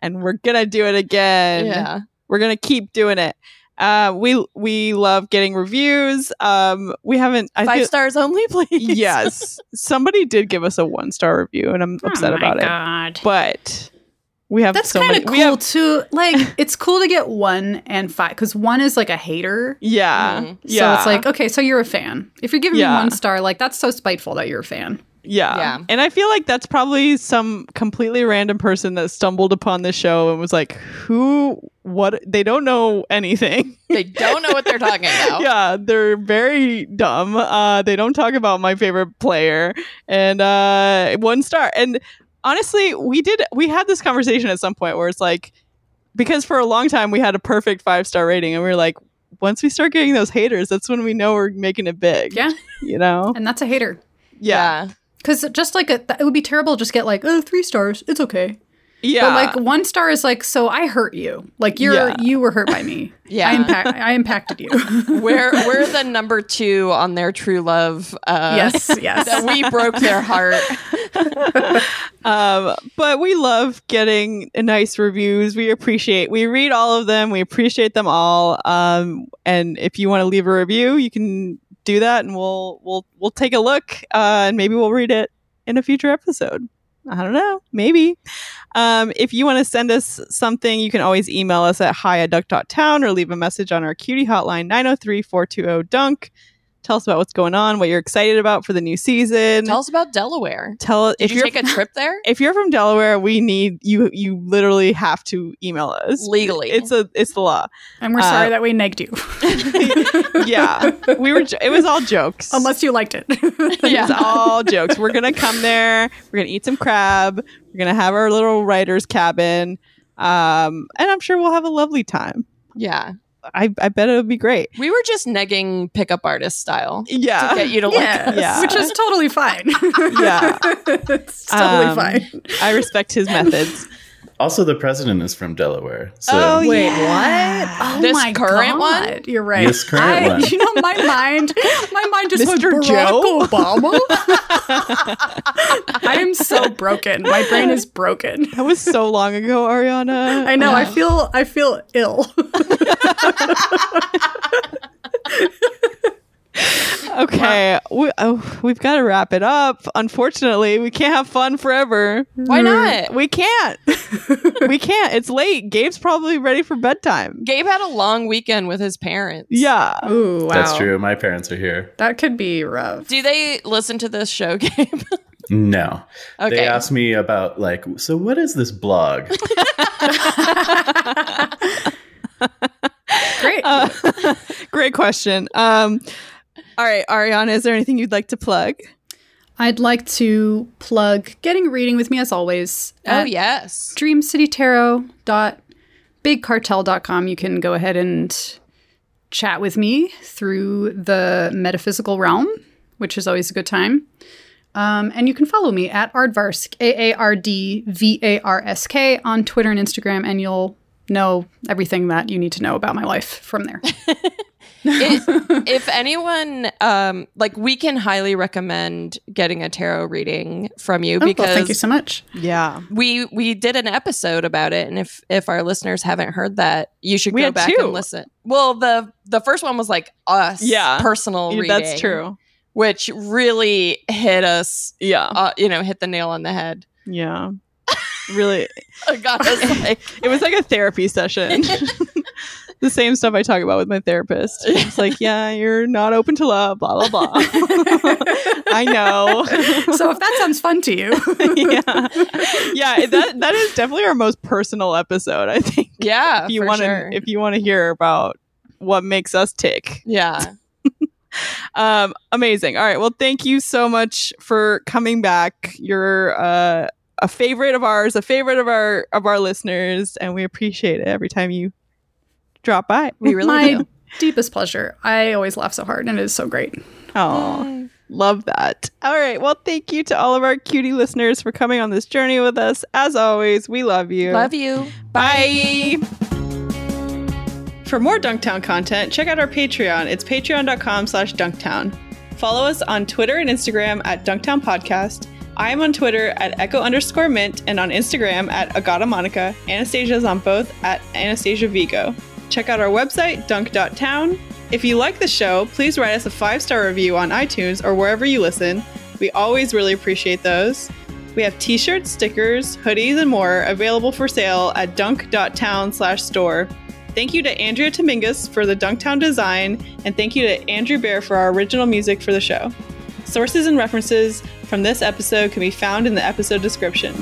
and we're going to do it again.
yeah.
We're gonna keep doing it. Uh, we we love getting reviews. Um, we haven't. I
Five
feel-
stars only, please.
Yes, somebody did give us a one star review, and I'm upset about it.
Oh God.
But we have
That's
so
kind
many.
of cool
we have,
too. Like, it's cool to get one and five because one is like a hater.
yeah, yeah.
Mm-hmm. So it's like, okay, so you're a fan. If you're giving
Yeah.
me one star, like that's so spiteful that you're a fan.
yeah.
Yeah.
And I feel like that's probably some completely random person that stumbled upon this show and was like, "Who? What? They don't know anything."
They don't know what they're talking
Oh.
about.
yeah, they're very dumb. Uh, they don't talk about my favorite player and uh, one star. And honestly, we did we had this conversation at some point where it's like because for a long time we had a perfect five star rating, and we were like, once we start getting those haters, that's when we know we're making it big.
Yeah.
you know.
And that's a hater.
Yeah,
Because just like a, it would be terrible, to just get like oh three stars, it's okay.
yeah.
But like one star is like so I hurt you, like you're
Yeah.
you were hurt by me.
Yeah.
I, impact, I impacted you.
We're we're the number two on their true love. Uh,
yes, yes.
That we broke their heart.
Um, but we love getting nice reviews. We appreciate, we read all of them. We appreciate them all. Um, and if you want to leave a review, you can do that, and we'll we'll we'll take a look, uh, and maybe we'll read it in a future episode. I don't know. Maybe. Um, if you want to send us something, you can always email us at hi at duck.town or leave a message on our cutie hotline 903 420 dunk. Tell us about what's going on, what you're excited about for the new season.
Tell us about Delaware.
Tell
Did
if
you
are
take a trip there?
if you're from Delaware, we need you. You literally have to email us
Legally.
It's a it's the law.
And we're
uh,
sorry that we negged you.
Yeah, we were. jo- It was all jokes.
Unless you liked it.
It's all jokes. We're gonna come there. We're gonna eat some crab. We're gonna have our little writer's cabin, um, and I'm sure we'll have a lovely time.
yeah.
I, I bet it'll be great.
We were just negging pickup artist style.
Yeah,
To get you to like
yeah,
Yeah.
which is totally fine.
yeah.
it's totally
Um,
fine.
I respect his methods.
Also, the president is from Delaware. So
Oh, yeah. Wait,
what? Oh
This
my
current
God.
one?
You're right.
This current
I,
one.
You know, my mind, my mind just went
Mr.
Barack
Joe?
Obama. I am so broken. My brain is broken.
That was so long ago, Ariana.
I know. I feel. I feel ill.
Okay, we, oh, we've got to wrap it up. Unfortunately, we can't have fun forever.
Why not?
We can't. we can't. It's late. Gabe's probably ready for bedtime.
Gabe had a long weekend with his parents.
Yeah.
Ooh, wow.
that's true. My parents are here.
That could be rough.
Do they listen to this show, Gabe?
No.
Okay.
They asked me about, like, so what is this blog?
Great.
Great question. Um, all right, Ariana, is there anything you'd like to plug?
I'd like to plug getting reading with me as always.
oh
at
yes.
dreamcitytarot.bigcartel.com. You can go ahead and chat with me through the metaphysical realm, which is always a good time. Um, and you can follow me at Ardvarsk, A A R D V A R S K, on Twitter and Instagram, and you'll know everything that you need to know about my life from there.
It- if anyone um like we can highly recommend getting a tarot reading from you
Oh, well,
because
thank you so much.
Yeah.
we we did an episode about it and if if our listeners haven't heard that you should
We
go
had
back
two.
and listen well the the first one was like us
Yeah.
personal reading
That's true.
which really hit us
Yeah.
uh, you know hit the nail on the head
Yeah. really.
I got us like
It was like a therapy session. the same stuff I talk about with my therapist. It's like, yeah, you're not open to love, blah, blah, blah. I know.
So if that sounds fun to you,
yeah. Yeah, that that is definitely our most personal episode, I think.
yeah
If you
for
want to
sure.
if you want to hear about what makes us tick.
yeah
Um amazing. All right, well thank you so much for coming back. You're uh a favorite of ours, a favorite of our of our listeners, and we appreciate it every time you drop by.
we really
my
do
deepest pleasure. I always laugh so hard, and it is so great.
Oh, love that. All right. Well, thank you to all of our cutie listeners for coming on this journey with us. As always, we love you.
love you
Bye. For more Dunktown content, check out our Patreon. It's patreon.com slash dunktown. Follow us on Twitter and Instagram at Dunktown Podcast. I am on Twitter at echo underscore mint and on Instagram at Agata Monica. Anastasia's on both at Anastasia Vigo. Check out our website, dunk.town. If you like the show, please write us a five star review on iTunes or wherever you listen. We always really appreciate those. We have t-shirts, stickers, hoodies, and more available for sale at dunk.town slash store. Thank you to Andrea Tomingus for the Dunktown design, and thank you to Andrew Bear for our original music for the show. Sources and references from this episode can be found in the episode description.